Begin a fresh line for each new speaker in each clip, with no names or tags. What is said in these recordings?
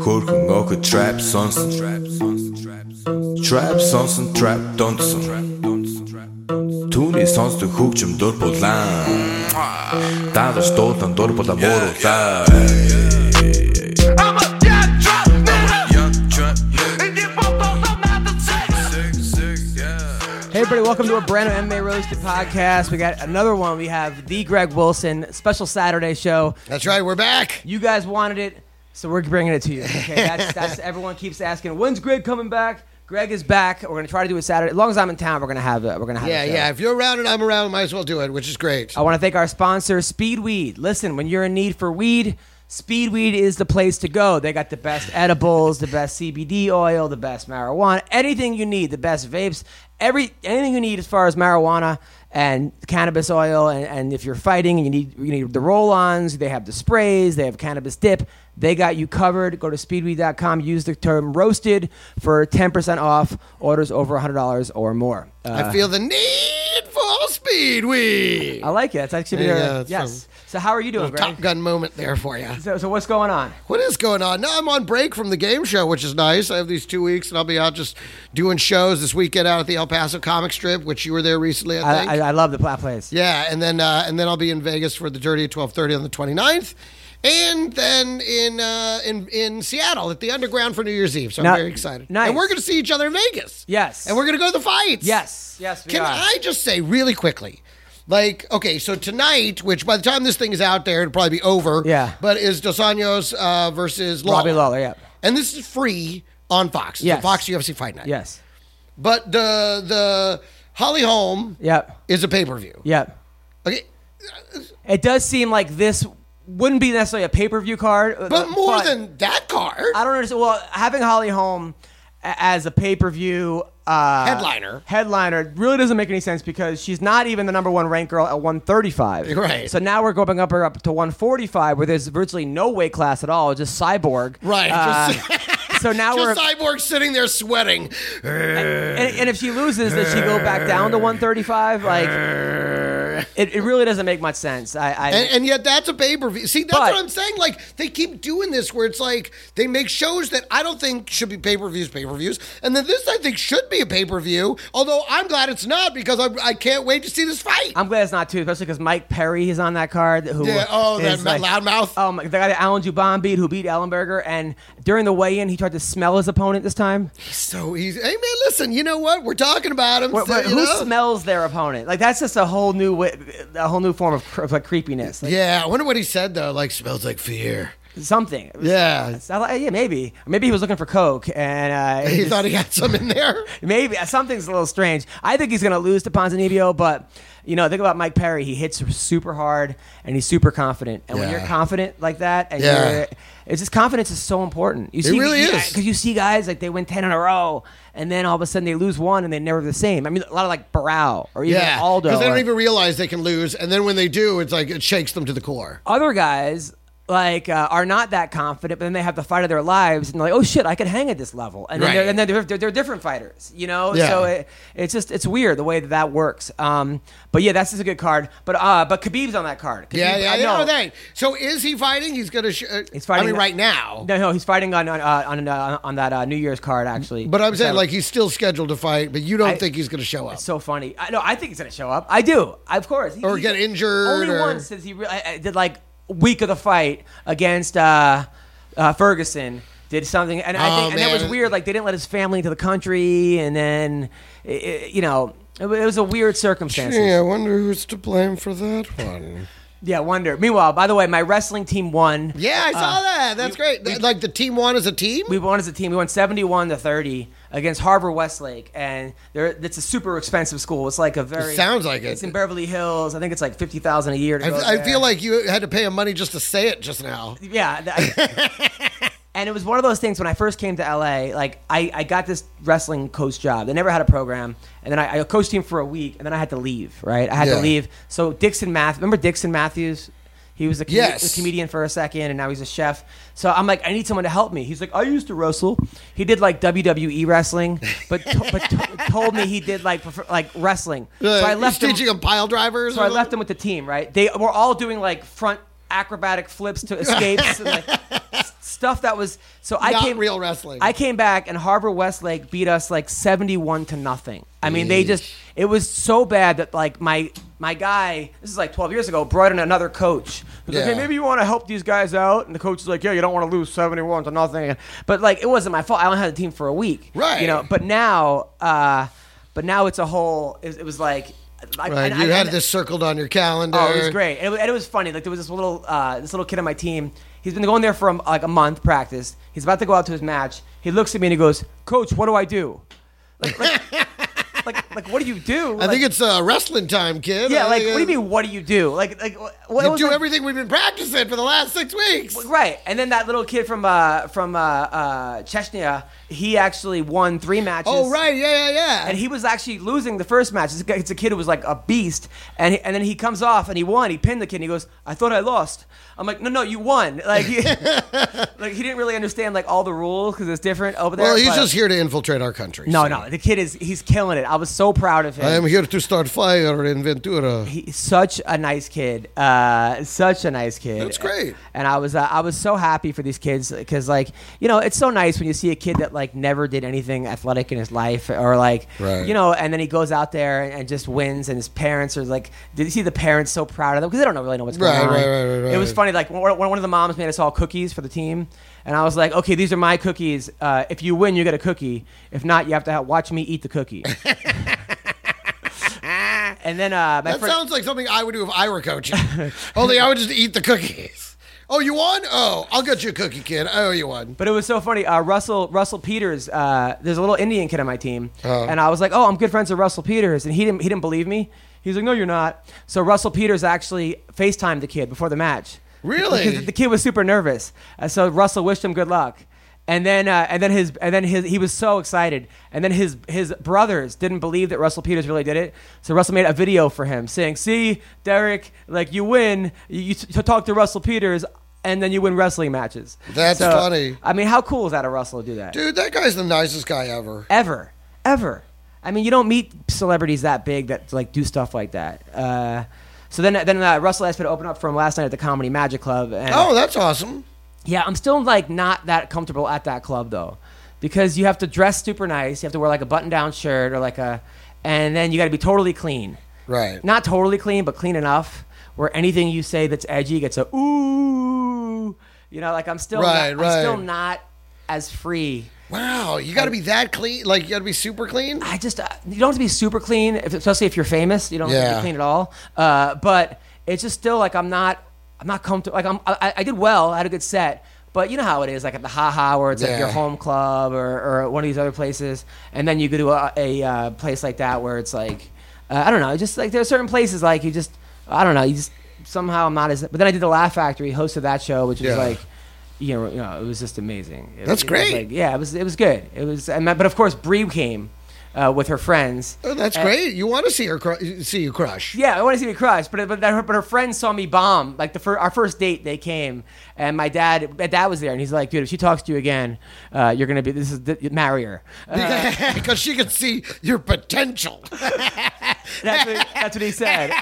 Хөрхөн охид trap сонсон Trap сонсон trap донсон Түүний сонсдог хөгжим дур булаан Дагаж дуулан дур булаан мууруулаа
I'm a young trap nigga. And you both don't know not to take it.
Hey everybody, welcome to a brand new MMA Roasted podcast. We got another one. We have the Greg Wilson special Saturday show.
That's right, we're back.
You guys wanted it, so we're bringing it to you. Okay, that's, that's everyone keeps asking. When's Greg coming back? Greg is back. We're gonna try to do it Saturday. As long as I'm in town, we're gonna have it. We're gonna have
Yeah,
a show.
yeah. If you're around and I'm around, might as well do it, which is great.
I want to thank our sponsor, Speedweed. Listen, when you're in need for weed, Speedweed is the place to go. They got the best edibles, the best CBD oil, the best marijuana, anything you need, the best vapes, every anything you need as far as marijuana and cannabis oil. And, and if you're fighting and you need you need the roll-ons, they have the sprays, they have cannabis dip. They got you covered. Go to speedweed.com. Use the term roasted for 10% off orders over $100 or more. Uh,
I feel the need for speed. We
I like it. That's actually
Yeah,
very-
yeah, it's
yes.
fun.
So how are you doing, Greg?
Top Gun moment there for you.
So, so what's going on?
What is going on? No, I'm on break from the game show, which is nice. I have these two weeks, and I'll be out just doing shows this weekend out at the El Paso Comic Strip, which you were there recently, I think.
I, I, I love the plat plays.
yeah, and then uh, and then I'll be in Vegas for the Dirty at 12:30 on the 29th. And then in uh, in in Seattle at the Underground for New Year's Eve, so
Now-
I'm very excited.
nice.
And we're going to see each other in Vegas.
Yes.
And we're going to go to the fights.
Yes. Yes. We
Can
are.
I just say really quickly? Like, okay, so tonight, which by the time this thing is out there, it'll probably be over.
Yeah.
But is Dos Anjos uh, versus Lawler.
Robbie Lawler. Yeah.
And this is free on Fox. It's a
Yes.
Fox UFC Fight Night.
Yes.
But the the Holly Holm
Yep.
is a pay per view.
Yep.
Okay.
It does seem like this wouldn't be necessarily a pay per view card,
But more
but Uh,
than that card,
I don't understand. Well, having Holly Holm a- as a pay per view uh,
headliner.
headliner really doesn't make any sense because she's not even the number one ranked girl at 135.
Right.
So now we're going up her up to 145, where there's virtually no weight class at all, just cyborg.
Right.
Uh,
just
so now we're
just Cyborg sitting there sweating.
and, and if she loses, does she go back down to 135? Like, it, it really doesn't make much sense. I, I
And, and yet that's a pay per view. See, that's
But-
what I'm saying. Like they keep doing this, where it's like they make shows that I don't think should be pay per views, pay per views, and then this I think should be a pay per view. Although I'm glad it's not because I, I can't wait to see this fight.
I'm glad it's not too, especially because Mike Perry is on that card. Who
Yeah, oh, that
is
ma- loudmouth.
Oh my, the guy that Alan Juban beat, who beat Ellenberger, and during the weigh-in, he tried to smell his opponent this time.
so easy. Hey man, listen. You know what? We're talking about him.
But,
so,
but
you
who
know?
smells their opponent? Like that's just a whole new, wa- a whole new form of, cre- of like creepiness. Like,
yeah, I wonder what he said though. Like smells like fear.
Something.
Yeah,
So I like- yeah, maybe. Maybe he was looking for coke, and uh,
he
just-
thought he had some in there.
Maybe something's a little strange. I think he's going to lose to Ponzinibbio, but you know, think about Mike Perry. He hits super hard and he's super confident. And when
Yeah.
you're confident like that, and
Yeah.
you're, it's just confidence is so important. You see,
really
you,
is.
because you see guys like they win ten in a row, and then all of a sudden they lose one and they're never the same. I mean, a lot of like Barrow or even
Yeah,
Aldo.
because they
or-
don't even realize they can lose, and then when they do, it's like it shakes them to the core.
other guys like uh, are not that confident, but then they have the fight of their lives, and they're like, oh shit, I can hang at this level, and then,
Right.
they're, and then they're, they're, they're different fighters, you know.
Yeah.
So it, it's just it's weird the way that that works. Um, but yeah, that's just a good card. But uh, but Khabib's on that card. Khabib,
Yeah, yeah,
I
yeah.
know.
No, they. So is he fighting? He's gonna. Sh- uh,
He's fighting
I mean, right now.
No, no, he's fighting on on uh, on, uh, on that uh, New Year's card actually.
But I'm saying,
So-
like, he's still scheduled to fight, but you don't think he's gonna show up.
so funny. I know. I think he's gonna show up. I do. I, of course. He-
Or
he-
get injured,
Only
or-
once since he re- I, I did like week of the fight against uh, uh, Ferguson. Did something, and I
Oh,
think, and that
man.
was weird. Like they didn't let his family into the country, and then i- i you know. It wa- it was a weird circumstance.
yeah, I wonder who's to blame for that one.
Yeah, wonder. Meanwhile, by the way, my wrestling team won.
yeah, I saw that. That's great. Th- like the team one is a team.
Uh, We won as a team. We won seventy-one to thirty against Harbor Westlake, and they're, it's a super expensive school. It's like a very
sounds like it.
It's in Beverly Hills. I think it's like fifty thousand a year. To
I,
go
I
there.
feel like you had to pay him money just to say it just now.
Yeah. th- I- And it was one of those things when I first came to LA, like I, I got this wrestling coach job. They never had a program. And then I, I coached him for a week and then I had to leave, right? I had
Yeah.
to leave. So Dixon Math, remember Dixon Matthews? He was a, com-
Yes.
a comedian for a second and now he's a chef. So I'm like, I need someone to help me. He's like, I used to wrestle. He did like WWE wrestling, but, to- but to- told me he did like, prefer- like wrestling. so I
Uh, He's
left him.
teaching him pile drivers.
So
or
I left them with the team, right? They were all doing like front acrobatic flips to escapes and like s- stuff that was so I
Not
came
real wrestling.
I came back and Harbor Westlake beat us like 71 to nothing. I mean, they just it was so bad that like my my guy, this is like 12 years ago, brought in another coach. Who's like,
Yeah.
"Hey, maybe you want to help these guys out." And the coach is like, "Yeah, you don't want to lose 71 to nothing." But like it wasn't my fault. I only had the team for a week.
Right.
You know, but now uh but now it's a whole it, it was like I,
Right,
and
you
I-
had
and-
this circled on your calendar.
Oh, it was great. And it, wa- and it was funny. Like there was this little uh, this little kid on my team. He's been going there for um, like a month practice. He's about to go out to his match. He looks at me and he goes, "Coach, what do I do?" Like, like, like, like, what do you do?
I think it's uh, wrestling time, kid.
yeah.
I
Like, what
think
do you
it's-
mean? What do you do? Like, like what? it
You
was
do
like-
everything we've been practicing for the last six weeks.
Right, and then that little kid from uh, from uh, uh, Chechnya, he actually won three matches.
Oh, right. Yeah, yeah, yeah.
and he was actually losing the first match. It's a, it's a kid who was like a beast, and he, and then he comes off and he won. He pinned the kid. and He goes, "I thought I lost." I'm like, "No, no, you won." Like, he, like he didn't really understand like all the rules because it's different over there.
well, he's
but-
just here to infiltrate our country.
No,
so.
no, the kid is he's killing it. I was so proud of him.
I am here to start fire in Ventura.
He's such a nice kid. Uh, such a nice kid.
That's great.
And I was uh, I was so happy for these kids because like you know it's so nice when you see a kid that like never did anything athletic in his life or like
Right.
you know and then he goes out there and, and just wins and his parents are like did you see the parents so proud of them because they don't know- really know what's going
Right,
on.
right, right, right,
It was
right.
funny like one, one of the moms made us all cookies for the team. And I was like, okay, these are my cookies. Uh, if you win, you get a cookie. If not, you have to ha- watch me eat the cookie. and then uh, my
that
friend,
sounds like something I would do if I were coaching. Only I would just eat the cookies. Oh, you won? Oh, I'll get you a cookie, kid. I owe you one.
But it was so funny. Uh, Russell Russell Peters, uh, there's a little Indian kid on my team,
Uh-huh.
and I was like, "Oh, I'm good friends with Russell Peters," and he didn't he didn't believe me. He's like, "No, you're not." So Russell Peters actually Facetimed the kid before the match.
Really?
Because the kid was super nervous, Uh, so Russell wished him good luck. And then, uh, and then his, and then his, he was so excited. And then his, his brothers didn't believe that Russell Peters really did it. So Russell made a video for him saying, "See, Derek, like you win. You, you t- talk to Russell Peters, and then you win wrestling matches."
That's
So,
funny.
I mean, how cool is that? A Russell to do that
Dude, that guy's the nicest guy ever.
ever, ever. I mean, you don't meet celebrities that big that like do stuff like that. Uh, so then, then uh, Russell asked me to open up for him last night at the Comedy Magic Club. And
Oh, that's awesome.
yeah, I'm still like not that comfortable at that club though, because you have to dress super nice. You have to wear like a button-down shirt or like a, and then you got to be totally clean.
Right.
Not totally clean, but clean enough where anything you say that's edgy gets a ooh. You know, like I'm still
Right,
not, I'm still
right.
not as free.
Wow, you got to be that clean. Like, you got to be super clean?
I just uh, you don't have to be super clean, if, especially if you're famous. You don't have
Yeah.
to be clean at all. Uh, but it's just still like I'm not I'm not comfortable. Like I'm I, I did well, I had a good set, but you know how it is, like at the Ha Ha, where it's like your
Yeah.
home club or, or one of these other places, and then you go to a, a uh, place like that where it's like uh, I don't know, just like there are certain places like you just I don't know, you just somehow I'm not as. But then I did the Laugh Factory, hosted that show, which
Yeah.
was like. You know, you know, it was just amazing. It-
That's
it was
great.
like- yeah, it was it was good. It was, and that- but of course, Bree came uh, with her friends.
Oh, that's
And-
great. You want to see her cru- see you crush?
Yeah, I want to see me crush, but but her, but her friends saw me bomb. Like the fir- our first date, they came, and my dad my dad was there, and he's like, "Dude, if she talks to you again, uh, you're gonna be this is th- marry her." Uh,
Because she can see your potential.
that's, what, that's what he said.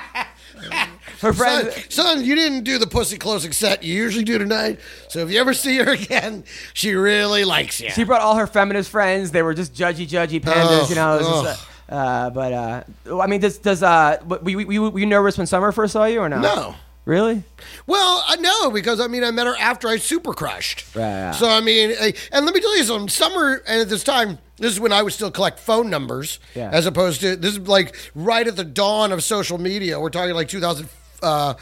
Her
Son,
friends,
son, you didn't do the pussy closing set you usually do tonight. So if you ever see her again, she really likes you.
she brought all her feminist friends. They were just judgy, judgy pandas,
Ugh,
you know. it was just,
ugh.
uh, uh, but uh, I mean, does does uh, were you, were you- were you nervous when Summer first saw you or not?
No.
really.
Well, I know because I mean I met her after I super crushed.
Right, yeah.
So I mean, I, and let me tell you something. Summer and at this time, this is when I would still collect phone numbers,
Yeah.
as opposed to this is like right at the dawn of social media. We're talking like 2000, uh,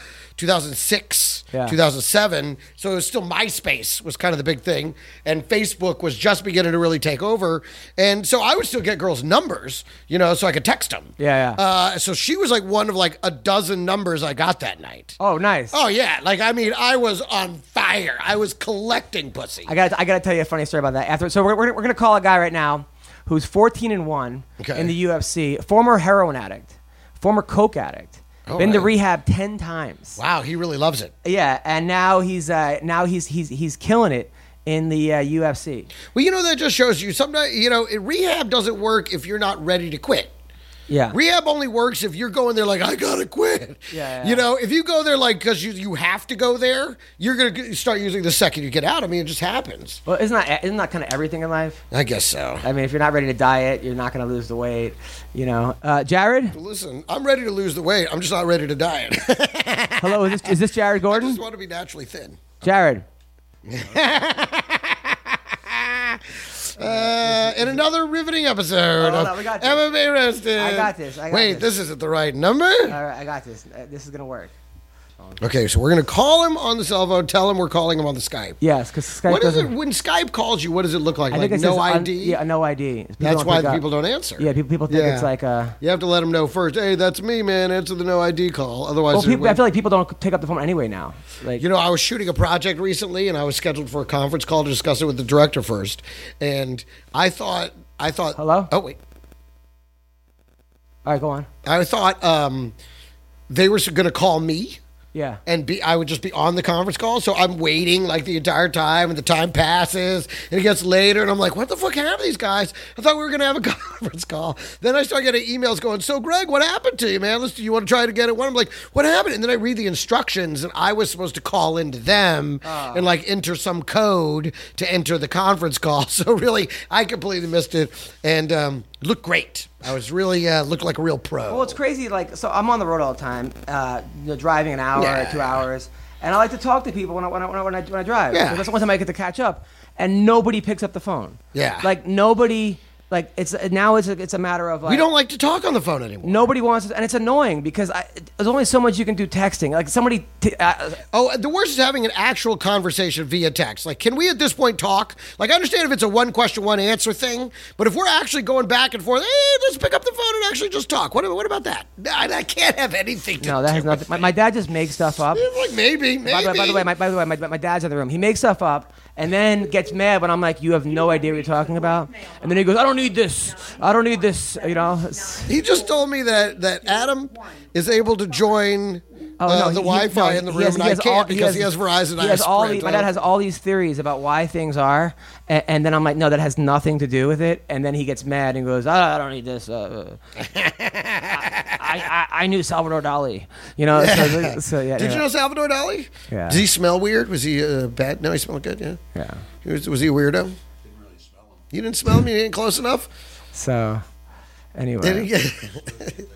2006,
Yeah.
2007. So it was still MySpace was kind of the big thing, and Facebook was just beginning to really take over. And so I would still get girls' numbers, you know, so I could text them.
Yeah, yeah.
Uh, so she was like one of like a dozen numbers I got that night.
Oh, nice.
Oh yeah, like I mean, I was on fire. out of here. I was collecting pussy.
I got I got to tell you a funny story about that. After so we're we're, we're gonna call a guy right now who's 14 and one
Okay.
in the UFC, former heroin addict, former coke addict, been to
right.
rehab 10 times.
wow, he really loves it.
Yeah, and now he's uh, now he's he's he's killing it in the uh, UFC.
Well, you know that just shows you sometimes you know rehab doesn't work if you're not ready to quit.
Yeah.
Rehab only works if you're going there like I gotta quit.
Yeah, yeah.
You know, if you go there like because you you have to go there, you're gonna g- start using the second you get out. I mean, it just happens.
well, isn't that isn't that kind of everything in life?
I guess so.
I mean, if you're not ready to diet, you're not going to lose the weight. You know, uh, Jared.
Listen, I'm ready to lose the weight. I'm just not ready to diet.
Hello, is this is this Jared
I
Gordon?
just want to be naturally thin.
Jared.
Uh, in another riveting episode
Hold
of
on, we got this.
MMA Roasted.
I got this, I got
Wait,
this.
this. isn't the right number.
All right, I got this. Uh, this is going to work.
Okay, so we're gonna call him on the cell phone. Tell him we're calling him on the Skype.
Yes, because Skype
What is
doesn't.
it when Skype calls you? What does it look like? like
it
no
says un-
ID.
yeah, no ID. People
That's
don't
why
pick
the
up.
people don't answer.
Yeah, people, people think
Yeah.
it's like uh
You have to let them know first. Hey, that's me, man. Answer the no ID call. Otherwise,
Well,
it
people, I
went-
feel like people don't pick up the phone anyway now. Like
you know, I was shooting a project recently, and I was scheduled for a conference call to discuss it with the director first. And I thought, I thought,
Hello?
Oh wait,
all right, go on.
I thought um, they were going to call me.
Yeah.
and be I would just be on the conference call. So I'm waiting like the entire time, and the time passes, and it gets later, and I'm like, what the fuck happened to these guys? I thought we were gonna have a conference call. Then I start getting emails going, so Greg, what happened to you, man? Let's do you want to try to get it one? I'm like, what happened? And then I read the instructions, and I was supposed to call into them
Ah.
and like enter some code to enter the conference call. So really, I completely missed it, and um, it looked great. I was really uh, looked like a real pro.
Well, it's crazy. Like, so I'm on the road all the time, uh, you know, driving an hour,
Yeah.
two hours, and I like to talk to people when I when I when I, when I, when I drive.
Yeah.
So that's the one time I get to catch up, and nobody picks up the phone.
Yeah.
Like nobody. Like it's now it's a, it's a matter of like
we don't like to talk on the phone anymore.
nobody wants it, and it's annoying because I, there's only so much you can do texting. Like somebody. T- uh,
Oh, the worst is having an actual conversation via text. Like, can we at this point talk? Like, I understand if it's a one question, one answer thing, but if we're actually going back and forth, hey, let's pick up the phone and actually just talk. What, what about that? I, I can't have anything to
no, that has
do
nothing.
with
My, my dad just makes stuff up.
it. Like, maybe, maybe.
By, the way- by the way, my, by the way, my, my dad's in the room. He makes stuff up and then gets mad when I'm like, "You have no idea what you're talking about." And then he goes, "I don't need this. I don't need this." You know. it's-
he just told me that, that Adam is able to join
oh,
uh,
no,
the
he- he-
Wi Fi
no,
in the
he
room,
has-
and
he
I
has
can't
all-
because he has, Verizon. and
he
I
has all the,
Sprint.
my dad has all these theories about why things are, and, and then I'm like, no, that has nothing to do with it. And then he gets mad and goes, "Ah, I don't need this. Uh, uh, I, I, I knew Salvador Dali, you know. So, so yeah.
Did
anyway.
you know Salvador Dali?
Yeah.
Did he smell weird? Was he uh, bad? No, he smelled good. Yeah.
Yeah.
He was, was he a weirdo? Didn't really smell him. You didn't smell him. You didn't close enough.
So
Didn't
anyway,
get-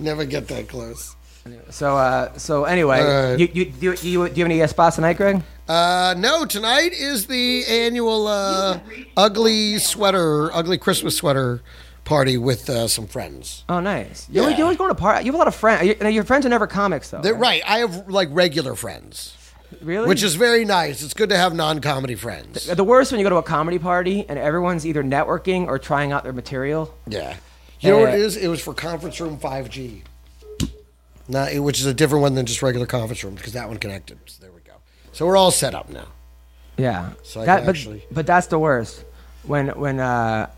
Never get that close.
so uh, so anyway,
Alright.
you, you, do, you, do you have any uh, spots tonight, Greg?
Uh, no, tonight is the annual uh, ugly sweater, ugly Christmas sweater party with uh, some friends.
Oh, nice. You, always,
Yeah.
you always go to party. You have a lot of friends. You- now, your friends are never comics, though.
They're, right, I have like regular friends,
Really?
which is very nice. It's good to have non-comedy friends.
the worst when you go to a comedy party and everyone's either networking or trying out their material.
Yeah. You know what it
Uh,
is? It was for conference room 5G. Not, which is a different one than just regular conference room because that one connected. So there we go. So we're all set up now.
Yeah.
So I can
but,
actually-
but that's the worst when when uh,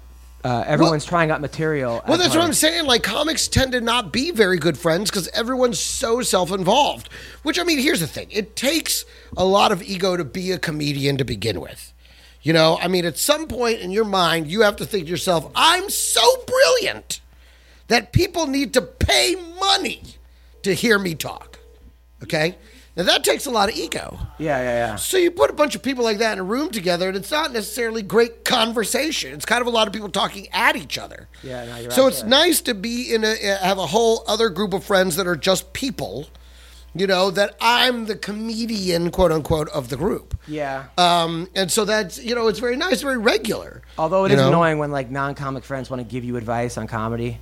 uh, everyone's trying out material.
Well, that's what I'm saying. Like, comics tend to not be very good friends because everyone's so self involved. Which, I mean, here's the thing it takes a lot of ego to be a comedian to begin with. You know, I mean, at some point in your mind, you have to think to yourself, I'm so brilliant that people need to pay money to hear me talk. Okay? Now, that takes a lot of ego.
Yeah, yeah, yeah.
So you put a bunch of people like that in a room together, and it's not necessarily great conversation. It's kind of a lot of people talking at each other.
Yeah, no, you're
so
right
it's
there.
nice to be in a have a whole other group of friends that are just people. You know that I'm the comedian, quote unquote, of the group.
Yeah.
Um, and so that's you know it's very nice, very regular.
Although it
you
is
know?
annoying when like non-comic friends want to give you advice on comedy.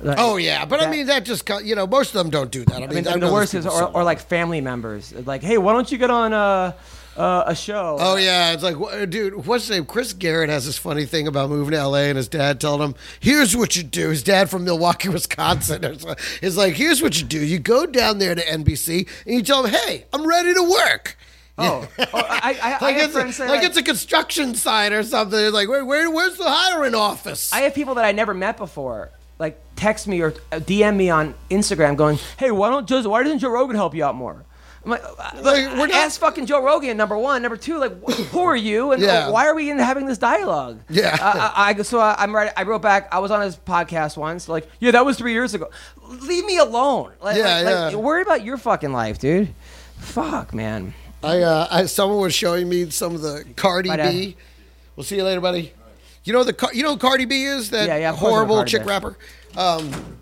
Like-
Oh yeah, but I mean that just co- you know most of them don't do that. I mean,
I mean,
I've
the
known
worst
these
is,
people
or,
so
or like family members, like, hey, why don't you get on uh, uh, a show?
Oh yeah, it's like, wha- dude, what's his name? Chris Garrett has this funny thing about moving to L.A. and his dad telling him, "Here's what you do." His dad from Milwaukee, Wisconsin, or so- is like, "Here's what you do. You go down there to NBC and you tell them, hey, I'm ready to work."
Oh, oh, I, I, I
Like,
have
it's,
friends
a,
say
like
that.
it's a construction site or something. It's like, where, where, where's the hiring office?
I have people that I never met before, like text me or DM me on Instagram, going, "Hey, why don't Joe? Why doesn't Joe Rogan help you out more?" I'm like,
Like, we're
we're
not-
ask fucking Joe Rogan. Number one, number two, like, wh- who are you, and
Yeah.
uh, why are we in having this dialogue? Uh,
Yeah.
I, I, I so I, I'm right. I wrote back. I was on his podcast once. Like, yeah, that was three years ago. Leave me alone. Like,
Yeah,
like- like,
yeah.
worry about your fucking life, dude. Fuck, man.
I, uh, I someone was showing me some of the Cardi
Bye, Dad.
B. We'll see you later, buddy. You know the Car- you know who Cardi B is that
Yeah, yeah, of course I know
horrible
Cardi
chick
B.
rapper. Um,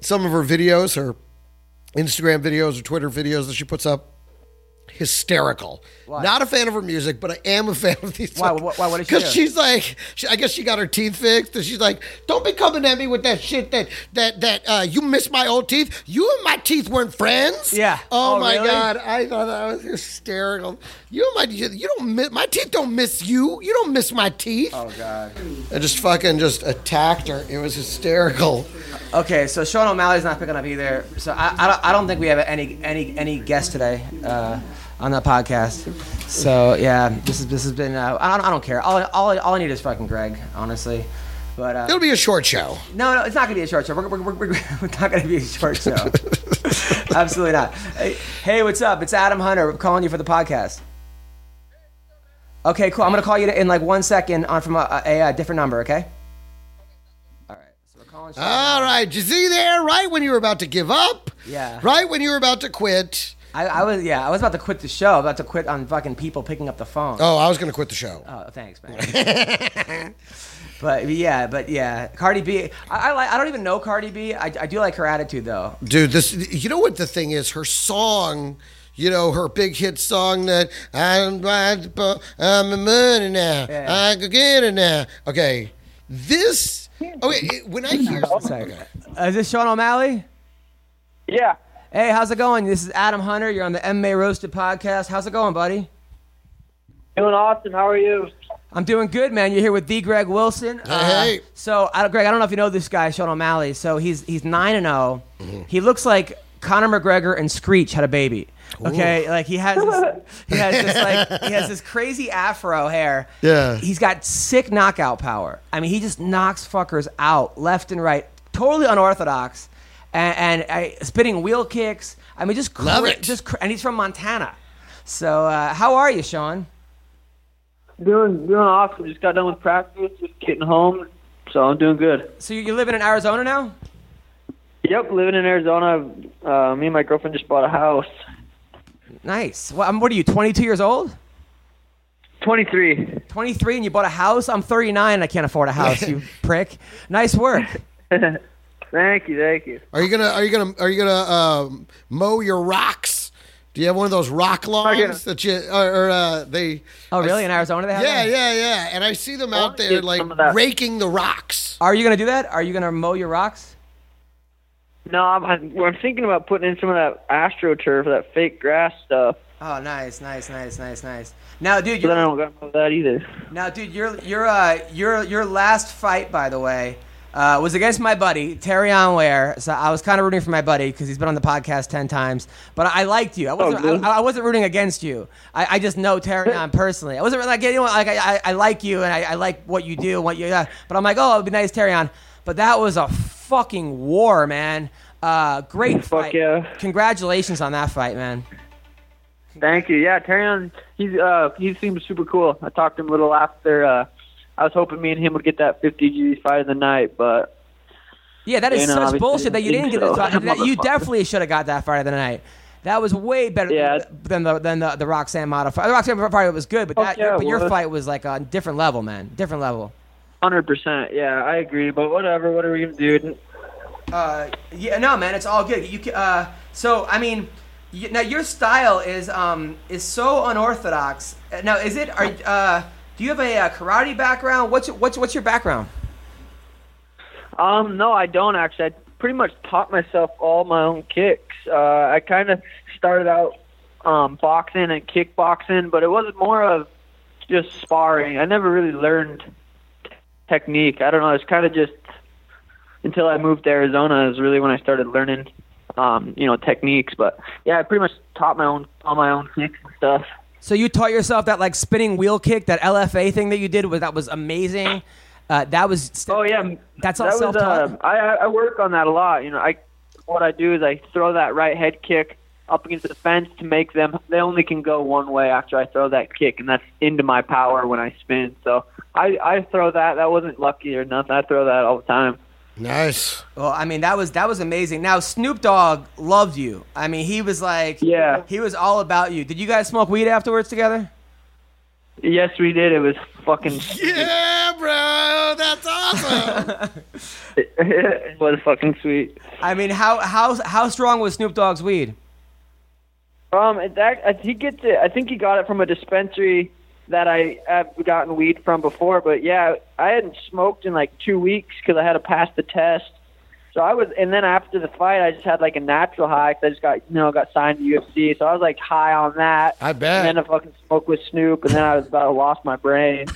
some of her videos, her Instagram videos or Twitter videos that she puts up, hysterical. Not a fan of her music, but I am a fan of these.
Why? Why- why- what did she
Because
do?
she's like, she, I guess she got her teeth fixed, and she's like, "Don't be coming at me with that shit. That that that uh, you missed my old teeth. You and my teeth weren't friends.
Yeah.
Oh,
Oh,
my
really?
god. I thought that was hysterical. You don't mind, you, you don't miss, my teeth don't miss you. You don't miss my teeth. Oh god. I just fucking just attacked her. It was hysterical.
Okay, so Sean O'Malley's not picking up either. So I, I, don't, I don't think we have any any any guests today uh, on the podcast. So yeah, this is this has been. Uh, I don't I don't care. All, all all I need is fucking Greg, honestly. But uh,
It'll be a short show.
no, no, it's not gonna be a short show. We're, we're, we're, we're we're not gonna be a short show. Absolutely not. Hey, hey, what's up? It's Adam Hunter. I'm calling you for the podcast. Okay, cool. I'm gonna call you in like one second on from a, a, a different number. Okay. All right. So we're calling. Sean
All right. Did you see there? Right when you were about to give up.
Yeah.
Right when you were about to quit.
I, I was yeah, I was about to quit the show. About to quit on fucking people picking up the phone. Oh,
Oh, I was gonna quit the show.
thanks, man. but yeah, but yeah, Cardi B. I, I like. I don't even know Cardi B. I, I do like her attitude though.
Dude, this you know what the thing is? Her song, you know, her big hit song that I'm glad to- I'm a money now.
Yeah.
I could get it now. Okay. This okay, it- when I hear
Sorry.
Okay.
Uh, is this Sean O'Malley?
Yeah,
Hey, how's it going? This is Adam Hunter. You're on the MMA Roasted podcast. How's it going, buddy?
doing awesome. How are you?
I'm doing good, man. You're here with the Greg Wilson. Uh,
hey.
So, I, don't- Greg, I don't know if you know this guy, Sean O'Malley. So he's he's nine and zero.
Mm-hmm.
He looks like Conor McGregor and Screech had a baby. Okay, like he has this, he has this like he has this crazy afro hair.
Yeah.
he's got sick knockout power. I mean, he just knocks fuckers out left and right, totally unorthodox, and, and I, spinning wheel kicks. I mean, just cra-
Love it.
Just cra- and he's from Montana. So, uh, how are you, Sean?
Doing doing awesome. Just got done with practice. Just getting home, so I'm doing good.
So you- you're living in Arizona now?
Yep, living in Arizona. Uh, me and my girlfriend just bought a house.
Nice. Well, I'm, what are you, 22 years old?
23.
23 and you bought a house? I'm 39 and I can't afford a house, you prick. Nice work.
Thank you, thank you.
Are you gonna are you gonna are you gonna um, mow your rocks? Do you have one of those rock lawns that you or, or uh, they?
Oh,
I
really?
s-
In Arizona they have
Yeah,
that?
yeah, yeah. And I see them out
wanna
there
get
like
some of that.
raking the rocks.
Are you going to do that? Are you going to mow your rocks?
No, I'm I'm thinking about putting in some of that astroturf, that fake grass stuff.
Oh, nice, nice, nice, nice, nice. Now, dude,
But then I
you're,
don't got to that either.
now, dude, your your uh your your last fight, by the way, uh, was against my buddy Terry Ware. So I was kind of rooting for my buddy because he's been on the podcast ten times. But I liked you. I wasn't.
good.
I, I wasn't rooting against you. I, I just know Terry personally. I wasn't really like you know, like I, I, I like you and I, I like what you do and what you. Uh, but I'm like, oh, it'd be nice, Terry But that was a fucking war, man. Uh, great
Fuck
fight.
yeah.
Congratulations on that fight, man.
Thank you. Yeah, Tarion, he's uh he seems super cool. I talked to him a little after. Uh, I was hoping me and him would get that 50 G fight of the night, but
Yeah, that is
You know,
such
uh, obviously
bullshit that you
didn't
didn't get
think
it.
so.
So, that- you
Motherfucker.
definitely should have got that Friday the night. That was way better
Yeah.
than the than the, the Roxanne Mata fight. The Roxanne Mata fight was good, but
Fuck
that
yeah,
but your
it was.
fight was like a different level, man. Different level.
Hundred percent. Yeah, I agree. But whatever. What are we gonna do?
Uh, yeah, no, man, it's all good. You ca- uh, so I mean, you, now your style is um is so unorthodox. Uh, Now, is it are uh do you have a, uh karate background? What's your- what's what's your background?
Um, no, I don't actually. I pretty much taught myself all my own kicks. Uh, I kind of started out um, boxing and kickboxing, but it was more of just sparring. I never really learned t- technique. I don't know. It's kind of just until I moved to Arizona is really when I started learning, um, you know, techniques. But yeah, I pretty much taught my own all my own kicks and stuff.
So you taught yourself that like spinning wheel kick, that LFA thing that you did was that was amazing. Uh, that was
Oh yeah,
that's all
that was,
self-taught.
uh, I I work on that a lot. You know, I what I do is I throw that right head kick up against the fence to make them. They only can go one way after I throw that kick, and that's into my power when I spin. So I I throw that. That wasn't lucky or nothing. I throw that all the time.
Nice.
Well, I mean, that was that was amazing. Now Snoop Dogg loved you. I mean, he was like,
Yeah.
he was all about you. Did you guys smoke weed afterwards together?
Yes, we did. It was fucking.
Yeah, bro. That's awesome.
it was fucking sweet.
I mean, how how how strong was Snoop Dogg's weed?
Um, that I- he gets it. I think he got it from a dispensary that I have gotten weed from before. But yeah, I hadn't smoked in like two weeks because I had to pass the test. So I was, and then after the fight, I just had like a natural high 'cause I just got you know got signed to UFC. So I was like high on that.
I bet.
And then I fucking smoked with Snoop, and then I was about to lost my brain.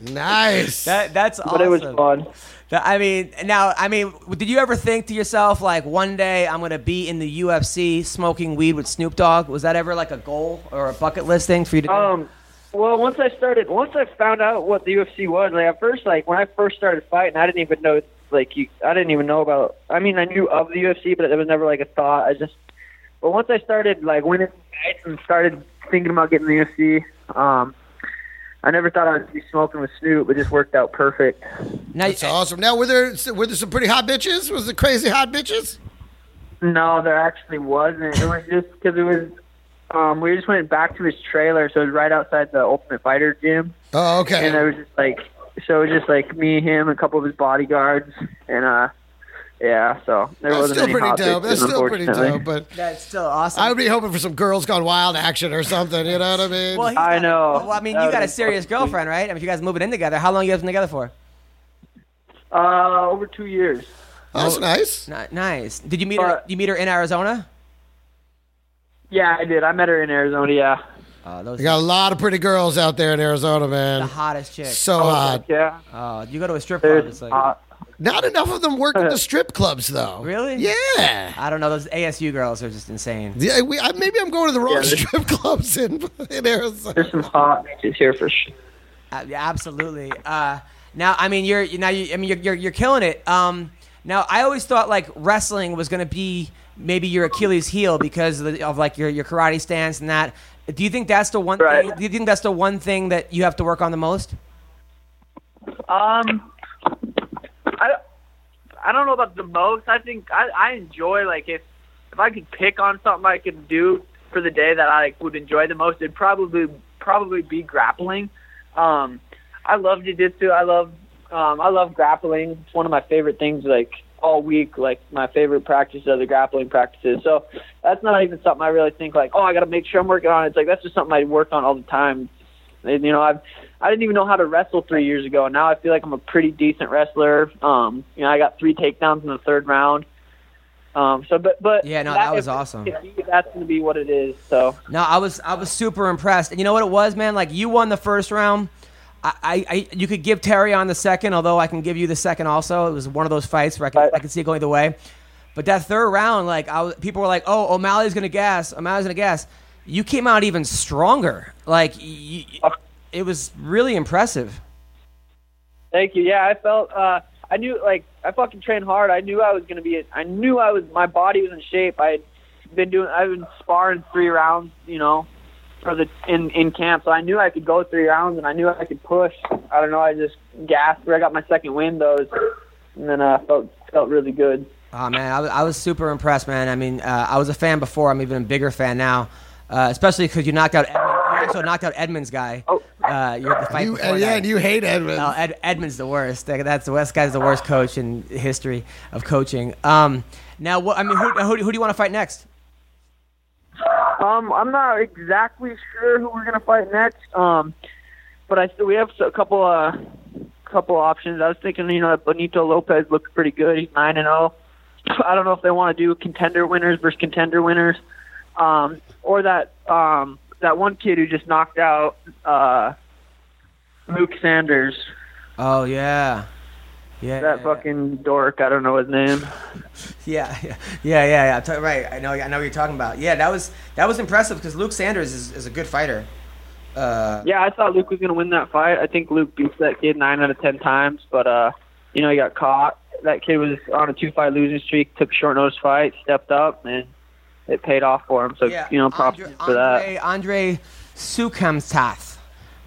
nice.
That that's
But
awesome.
it was fun.
That- I mean, now I mean, did you ever think to yourself like, one day I'm gonna be in the UFC smoking weed with Snoop Dogg? Was that ever like a goal or a bucket list thing for you to do?
Um, well, once I started, once I found out what the UFC was, like at first, like when I first started fighting, I didn't even know, like you, I didn't even know about. I mean, I knew of the UFC, but it was never like a thought. I just, but once I started like winning fights and started thinking about getting the UFC, um, I never thought I would be smoking with Snoop. It just worked out perfect.
now,
That's awesome. Now, were there were there some pretty hot bitches? Was it crazy hot bitches?
No, there actually wasn't. It was just because it was. Um, we just went back to his trailer, so it was right outside the Ultimate Fighter gym.
Oh, okay.
and it was just like so it was just like me him a couple of his bodyguards and uh yeah so there
That's
wasn't
still
any
pretty
hot
dope.
bitches,
That's still pretty
unfortunately.
dope. But
that's still awesome.
I would be hoping for some girls gone wild action or something. You know what I mean?
well, he's
I
got-
know.
Well, I mean,
That
you
would've
got a
been
serious
fucking sweet.
girlfriend, right? I mean, if you guys moving in together, how long you guys been together for?
uh over two years
That's nice.
Ni- nice. Did you meet her?
But-
You meet her in Arizona?
yeah i did i met her in arizona yeah
Oh, those
You got a lot of pretty girls out there in Arizona,
the
man.
hottest chick.
So hot.
yeah
Oh, you go to a strip club.
there's
It's like,
hot.
Not enough of them work at the strip clubs, though.
Really?
Yeah.
I don't know. Those ASU girls are just insane.
Yeah, we, I, maybe I'm going to the wrong
Yeah, this-
strip clubs in, in Arizona.
there's some hot bitches here for sure
Uh, yeah, absolutely. Uh, now, I mean, you're now. You, I mean, you're, you're you're killing it. Um, now, I always thought like wrestling was gonna be maybe your Achilles heel because of, the, of like your your karate stance and that. Do you think that's the one?
Right.
Thing, do you think that's the one thing that you have to work on the most?
Um, I, I don't know about the most. I think I, I enjoy like if if I could pick on something I could do for the day that I like, would enjoy the most, it'd probably probably be grappling. Um, I love jujitsu. I love um, I love grappling. It's one of my favorite things. Like all week, like my favorite practices are the grappling practices. So that's not even something I really think like, oh, I got to make sure I'm working on. it. It's like that's just something I work on all the time. And, you know, I've I didn't even know how to wrestle three years ago. Now I feel like I'm a pretty decent wrestler. Um, you know, I got three takedowns in the third round. Um, so, but but
Yeah, no, that was awesome.
if- if that's going to be what it is. So
No, I was I was super impressed. And you know what it was, man? Like you won the first round. I, I, I you could give Terry on the second, although I can give you the second also. It was one of those fights where I can,
Right.
I can see it going either way. But that third round, like I was, people were like, "Oh, O'Malley's gonna gas. O'Malley's gonna gas." You came out even stronger. Like y y- it was really impressive.
thank you. Yeah, I felt uh, I knew like I fucking trained hard. I knew I was going to be. I knew I was. My body was in shape. I had been doing. I've been sparring three rounds. You know, for the in in camp. So I knew I could go three rounds, and I knew I could push. I don't know. I just gasped. where I got my second win those, and then I uh, felt felt really good.
Oh man, I was, I was super impressed, man. I mean, uh, I was a fan before. I'm even a bigger fan now, uh, especially because you knocked out. Edmund. You also knocked out Edmonds guy.
Oh.
uh, you're the fight.
You,
before
and yeah,
that.
and you hate Edmund.
No, Ed, Edmund's the worst. That- That's the West guy's the worst coach in history of coaching. Um, now, what, I mean, who, who, who do you want to fight next?
Um, I'm not exactly sure who we're gonna fight next. Um, but I we have a couple uh couple options. I was thinking, you know, Benito Lopez looks pretty good. He's nine and zero. I don't know if they want to do contender winners versus contender winners, um, or that um that one kid who just knocked out uh Luke Sanders,
Oh yeah, yeah.
that fucking dork. I don't know his name.
Yeah, yeah, yeah, yeah. yeah. T- right, I know, I know what you're talking about. Yeah, that was that was impressive because Luke Sanders is, is a good fighter. Uh,
Yeah, I thought Luke was going to win that fight. I think Luke beats that kid nine out of ten times, but uh, you know he got caught. That kid was on a two-fight losing streak. Took a short-nosed fight, stepped up, and it paid off for him. So
yeah,
you know, props
Andre,
for that.
Andre, Andre Sukamtath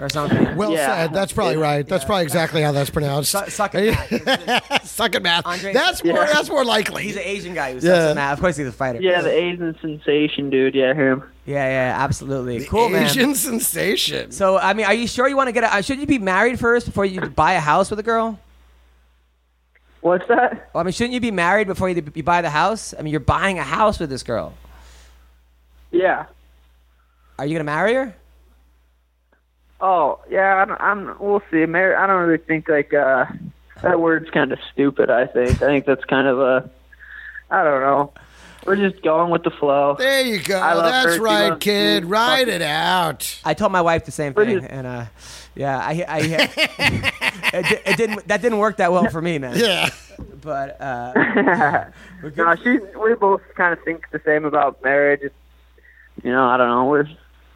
or something.
Well
Yeah.
said. That's probably right. That's probably exactly how that's pronounced.
Su- suck it back.
Suck it, math.
Andre-
that's more.
Yeah.
That's more likely.
He's an Asian guy who's
Yeah.
yeah. mad. Of course, he's a fighter.
Yeah, the Asian sensation, dude. Yeah, him.
yeah, yeah, absolutely. Cool,
Asian
man.
sensation.
So, I mean, are you sure you want to get a? Should you be married first before you buy a house with a girl?
What's that?
Well, I mean, shouldn't you be married before you, you buy the house? I mean, you're buying a house with this girl.
Yeah.
Are you gonna marry her?
Oh, yeah. I'm. I'm we'll see. Mar- I don't really think like uh, that word's kind of stupid. I think. I think that's kind of a. I don't know. We're just going with the flow.
There you go.
I love her.
That's
She
right,
loves
kid.
me.
Ride
Fuck
it out.
I told my wife the same
Pretty-
thing, and uh, yeah, I, I it, di- it didn't that didn't work that well for me, man.
Yeah.
But uh, we're
No,
good.
she. We both kind of think the same about marriage. It's, you know, I don't know. We're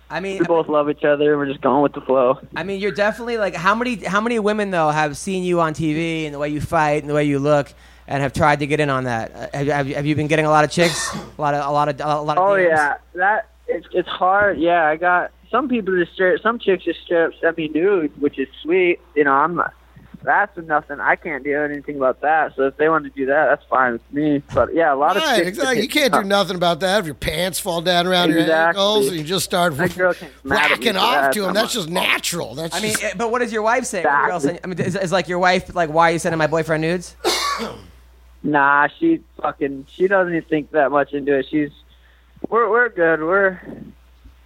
I mean,
we both love each other. We're just going with the flow.
I mean, you're definitely like how many how many women though have seen you on TV and the way you fight and the way you look and have tried to get in on that. Uh, Have, have, have you been getting a lot of chicks? A lot of a lot of a lot of.
Oh
DMs?
yeah, that it's it's hard. Yeah, I got some people just straight. Some chicks just straight up send me nudes, which is sweet. You know, I'm not. That's nothing. I can't do anything about that. So if they want to do that, that's fine with me. But yeah, a lot of
Right,
chicks
exactly. You can't do nothing about that if your pants fall down around your
Exactly.
ankles and you just start
That girl can't be mad at me
whacking
for
off
that.
to him.
I'm
That's
not-
just natural. That's
I mean,
just,
eh, but what does your wife say? when girls send- I mean, is, is like your wife like why are you sending my boyfriend nudes?
Nah, she fucking. She doesn't even think that much into it. She's. We're we're good. We're.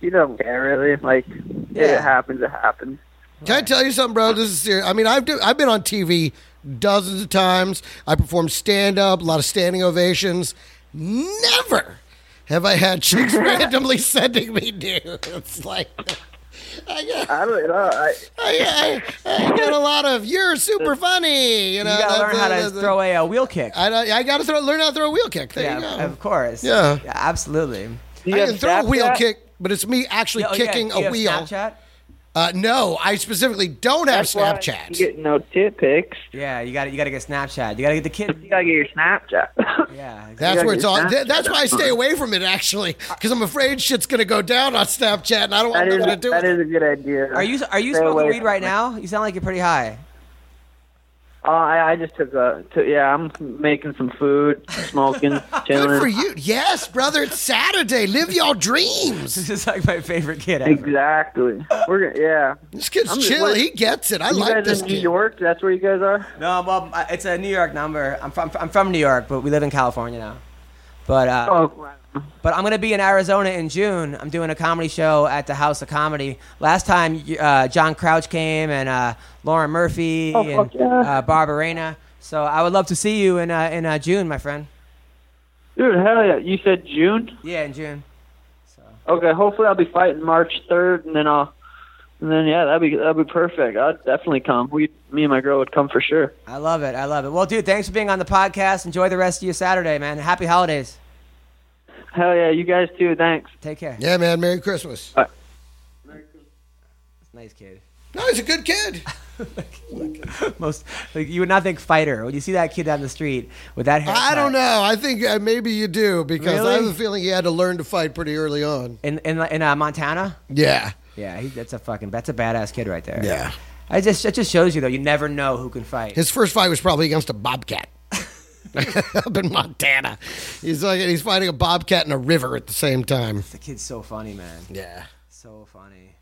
She doesn't care really. Like,
Yeah.
it happens. It happens.
Can I tell you something, bro? This is serious. I mean, I've do, I've been on TV dozens of times. I perform stand up, a lot of standing ovations. Never have I had chicks randomly sending me nudes. Like, I got,
I don't know. I,
I, I, I got a lot of "you're super funny." You know,
You gotta
that's-
learn how to
that's-
throw a, uh wheel kick.
I, don't- I got to throw, learn how to throw a wheel kick. Ah, There
yeah,
you go.
of course.
Yeah.
absolutely.
do you
I
have
can throw a wheel
Snapchat?
kick, but it's me actually
Oh, yeah,
kicking
do you
a
have
wheel.
Snapchat?
Uh, no, I specifically don't have
That's why You
Snapchat.
get no tit pics.
Yeah, you got to you got to get Snapchat. You got to get the
You
kid.
gotta get your Snapchat.
Yeah, exactly.
That's
Yeah,
where it's
your
all.
Snapchat
th- That's why I stay away from it actually, because I'm afraid shit's gonna go down on Snapchat, and I don't want
that is
nothing to do
that
with
is
it.
a good idea.
Are you are you
Stay
smoking
away
weed
from
right
it.
now? You sound like you're pretty high.
Uh, I I just took a took, yeah. I'm making some food, smoking,
Good for
chilling.
you. Yes, brother. It's Saturday. Live your dreams.
This is like my favorite kid ever.
Exactly. We're gonna yeah.
This kid's
I'm just-
chill.
what-
He gets it. I
You
like
guys
this
in New
kid.
York? That's where you guys are.
No, well, I- it's a New York number. I'm from I'm from New York, but we live in California now. But uh,
Oh,
but I'm gonna be in Arizona in June. I'm doing a comedy show at the House of Comedy. Last time you- uh, John Crouch came and uh, Lauren Murphy
Oh,
and
fuck yeah.
uh, Barbarina. So I would love to see you in uh, in uh, June, my friend.
dude, hell yeah! You said June.
Yeah, in June.
Okay, hopefully I'll be fighting March third, and then I'll, and then yeah, that'd be that'd be perfect. I'd definitely come. We, me and my girl would come for sure.
I love it. I love it. Well, dude, thanks for being on the podcast. Enjoy the rest of your Saturday, man. Happy holidays.
Hell yeah, you guys too. Thanks.
Take care.
Yeah, man. Merry Christmas.
Nice kid.
No, he's a good kid.
Most like you would not think fighter when you see that kid down the street with that hair.
I don't know. I think uh, maybe you do because I
Really?
have a feeling he had to learn to fight pretty early on.
in in in uh, Montana.
Yeah.
Yeah, he, that's a fucking that's a badass kid right there.
Yeah.
I just it just shows you though you never know who can fight.
His first fight was probably against a bobcat up in Montana. He's like he's fighting a bobcat in a river at the same time.
the kid's so funny, man.
Yeah.
So funny.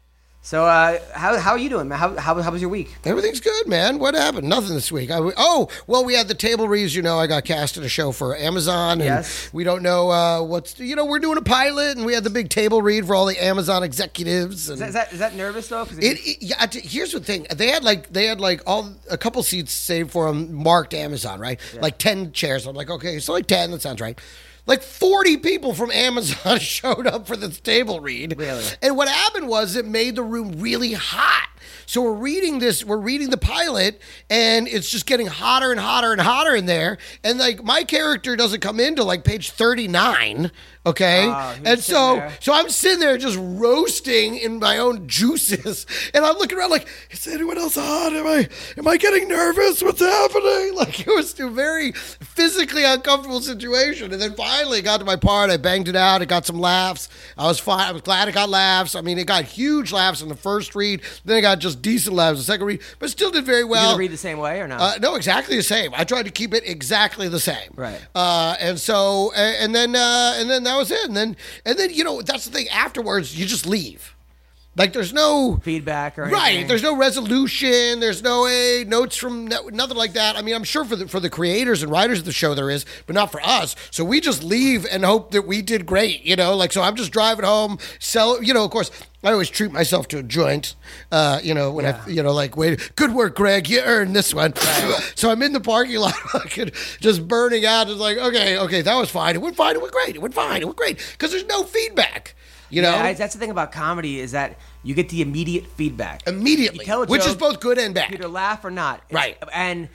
So uh, how how are you doing, man? How how, how was your week?
Everything's good, man. What happened? Nothing this week. I, oh, well, we had the table reads. You know, I got cast in a show for Amazon. And
Yes.
We don't know uh, what's, you know, we're doing a pilot and we had the big table read for all the Amazon executives.
Is
And
that, is that, is that nervous though? 'Cause
It, it- yeah, I t- here's the thing. They had like they had like all a couple seats saved for them marked Amazon, right? Like ten chairs. I'm like, okay, so like ten. That sounds right. Like forty people from Amazon showed up for this table read.
Really?
And what happened was it made the room really hot. So we're reading this, we're reading the pilot, and it's just getting hotter and hotter and hotter in there. And like my character doesn't come into like page 39. Okay.
Ah,
and so
there.
so I'm sitting there just roasting in my own juices, and I'm looking around like, is anyone else on? Am I am I getting nervous? What's happening? Like it was a very physically uncomfortable situation. And then finally it got to my part, I banged it out, it got some laughs. I was fine. I was glad it got laughs. I mean, it got huge laughs in the first read, then it got just decent laughs in the second read, but still did very
Did
well.
it read the same way or not?
Uh, no, exactly the same. I tried to keep it exactly the same.
Right.
Uh, and so, a- and then, uh, and then that was it. And then, and then, you know, that's the thing. Afterwards, you just leave. Like, there's no
Feedback or
right.
anything?
There's no resolution. There's no a notes from no, nothing like that. I mean, I'm sure for the for the creators and writers of the show there is, but not for us. So we just leave and hope that we did great. You know, like so I'm just driving home. Sell. You know, of course. I always treat myself to a joint, uh, you know. When I, you know, like, wait, good work, Greg. You earned this one. so I'm in the parking lot, fucking just burning out. It's like, okay, okay, that was fine. It went fine. It went great. It went fine. It went great. Because there's no feedback. You know,
Yeah, I- that's the thing about comedy is that you get the immediate feedback.
immediately,
You tell a
which is
joke,
both good and bad.
you either laugh or not. It's-
Right.
And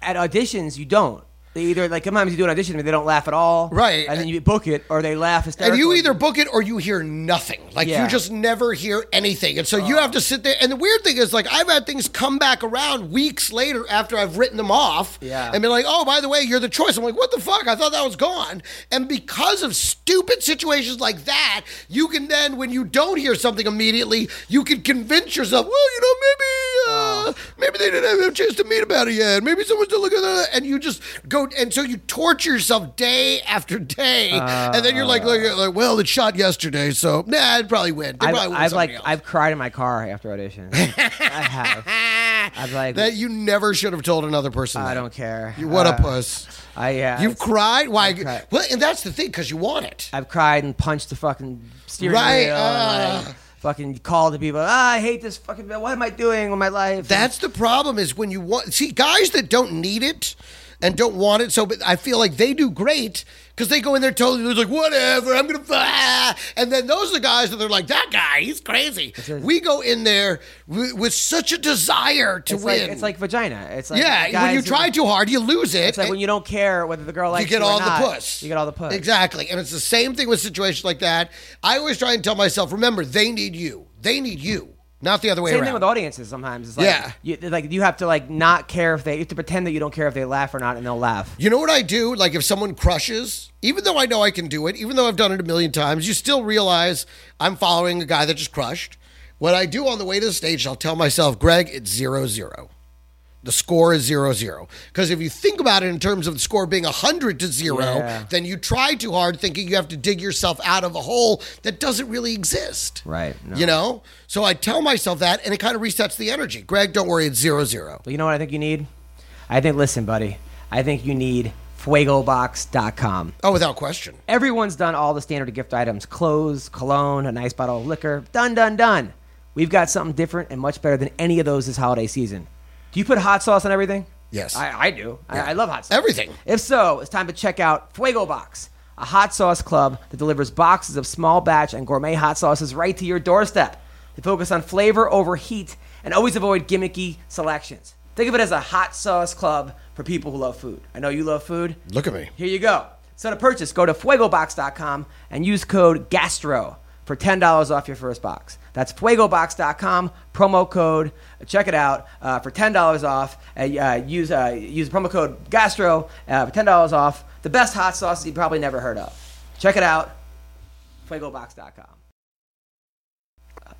at auditions, you don't. They either like sometimes you do an audition and they don't laugh at all.
Right.
And then you book it or they laugh hysterically.
And you either book it or you hear nothing. Like
Yeah.
you just never hear anything. And so you have to sit there. And the weird thing is, like, I've had things come back around weeks later after I've written them off.
Yeah.
And be like, oh, by the way, you're the choice. I'm like, what the fuck? I thought that was gone. And because of stupid situations like that, you can then, when you don't hear something immediately, you can convince yourself, well, you know, maybe. Uh, Maybe they didn't have a chance to meet about it yet. Maybe someone's still looking at that. And you just go, and so you torture yourself day after day. and then you're like, look, like, well, it shot yesterday, so nah, it probably went. They
I've,
probably went
I've, like
somebody else.
I've cried in my car after auditions. I have. I've like
that you never should have told another person.
I
that.
don't care.
You, what
Uh,
a puss.
I yeah.
You've cried. Why?
cried.
Well, and that's the thing because you want it.
I've cried and punched the fucking steering
Right, ah.
wheel. and, like, fucking called to people. Ah, I hate this fucking. What am I doing with my life?
That's the problem is when you want see guys that don't need it and don't want it. So but I feel like they do great because they go in there totally they're like whatever I'm gonna ah," and then those are the guys that they're like that guy he's crazy. We go in there with, with such a desire to
it's
win.
like it's like vagina. It's like
yeah, when you
guys-
try too hard, you lose it.
It's like when you don't care whether the girl likes
you get
or
all
not,
the puss.
You get all the puss.
Exactly. And it's the same thing with situations like that. I always try and tell myself, remember, they need you. They need you. Not the other way
Same
around.
thing with audiences. Sometimes it's like
Yeah.
you like you have to like not care if they you have to pretend that you don't care if they laugh or not, and they'll laugh.
You know what I do? Like if someone crushes, even though I know I can do it, even though I've done it a million times, you still realize I'm following a guy that just crushed. What I do on the way to the stage, I'll tell myself, Greg, it's zero zero. The score is zero zero. Because if you think about it in terms of the score being hundred to zero,
Yeah.
then you try too hard thinking you have to dig yourself out of a hole that doesn't really exist.
Right. No.
You know? So I tell myself that and it kind of resets the energy. Greg, don't worry, it's zero zero.
But you know what I think you need? I think listen, buddy. I think you need fuegobox.com.
Oh, without question.
Everyone's done all the standard gift items clothes, cologne, a nice bottle of liquor. Done, done, done. We've got something different and much better than any of those this holiday season. Do you put hot sauce on everything?
Yes.
I, I do. I, I love hot sauce.
Everything.
If so, it's time to check out Fuego Box, a hot sauce club that delivers boxes of small batch and gourmet hot sauces right to your doorstep. They focus on flavor over heat and always avoid gimmicky selections. Think of it as a hot sauce club for people who love food. I know you love food.
Look at me.
Here you go. So to purchase, go to fuegobox.com and use code GASTRO for $10 off your first box. That's fuegobox.com, promo code. Check it out uh, for $10 off. Uh, uh, use, uh, use promo code GASTRO uh, for $10 off. The best hot sauces you probably never heard of. Check it out, fuegobox.com.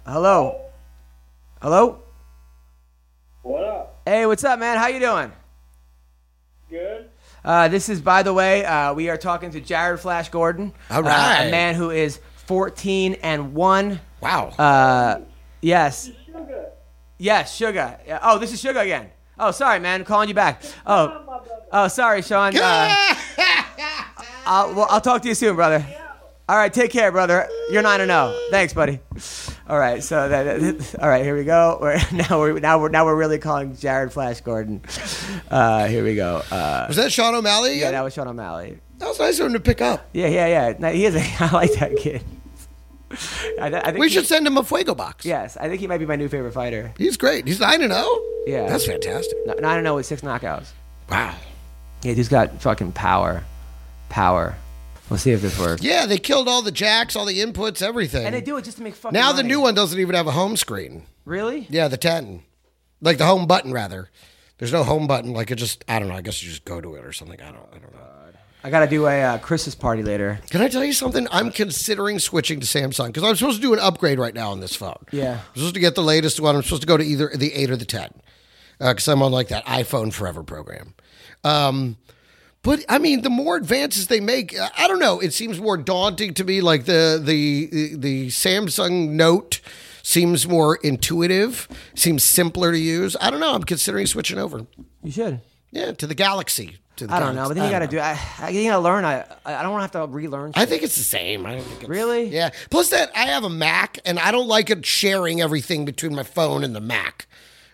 Hello. Hello?
What up?
Hey, what's up, man? How you doing?
Good?
Uh, this is, by the way, uh, we are talking to Jared Flash Gordon,
All
uh,
right.
a man who is 14 and one.
Wow.
Uh, yes,
Sugar.
yes, Sugar. Yeah. Oh, this is Sugar again. Oh, sorry, man, calling you back. Oh, oh, sorry, Sean. Uh, I'll, well, I'll talk to you soon, brother. All right, take care, brother. You're nine and zero. Thanks, buddy. All right, so that, that- all right, here we go. We're, now we're now we're now we're really calling Jared Flash Gordon. Uh, here we go. Uh,
Was that Sean O'Malley?
yeah, that was Sean O'Malley.
That was nice of him to pick up.
Yeah, yeah, yeah. No, he is. A, I like that kid. I, th- I think
We
he-
should send him a Fuego box.
Yes, I think he might be my new favorite fighter.
He's great. He's 9 and 0.
Yeah.
That's fantastic.
No, I don't know with six knockouts.
Wow.
Yeah, dude's got fucking power, power. We'll see if this works.
Yeah, they killed all the jacks, all the inputs, everything.
And they do it just to make fucking.
now the
money.
new one doesn't even have a home screen.
Really?
Yeah, the 10. Like the home button rather. There's no home button like it just I don't know, I guess you just go to it or something. I don't I don't know.
I gotta do a uh, Christmas party later.
Can I tell you something? I'm considering switching to Samsung because I'm supposed to do an upgrade right now on this phone.
Yeah.
I'm supposed to get the latest one. I'm supposed to go to either the 8 or the 10 because I'm on like that iPhone Forever program. Um, but I mean, the more advances they make, uh, I don't know. It seems more daunting to me. Like the the the Samsung Note seems more intuitive, seems simpler to use. I don't know. I'm considering switching over.
You should.
Yeah, to the Galaxy. To the
I don't know,
Galaxy.
but then you
I
gotta
don't know.
do. I, I you gotta learn. I I don't want to have to relearn.
I think it's the same. I don't think it's
Really?
Yeah. Plus that I have a Mac and I don't like it sharing everything between my phone and the Mac.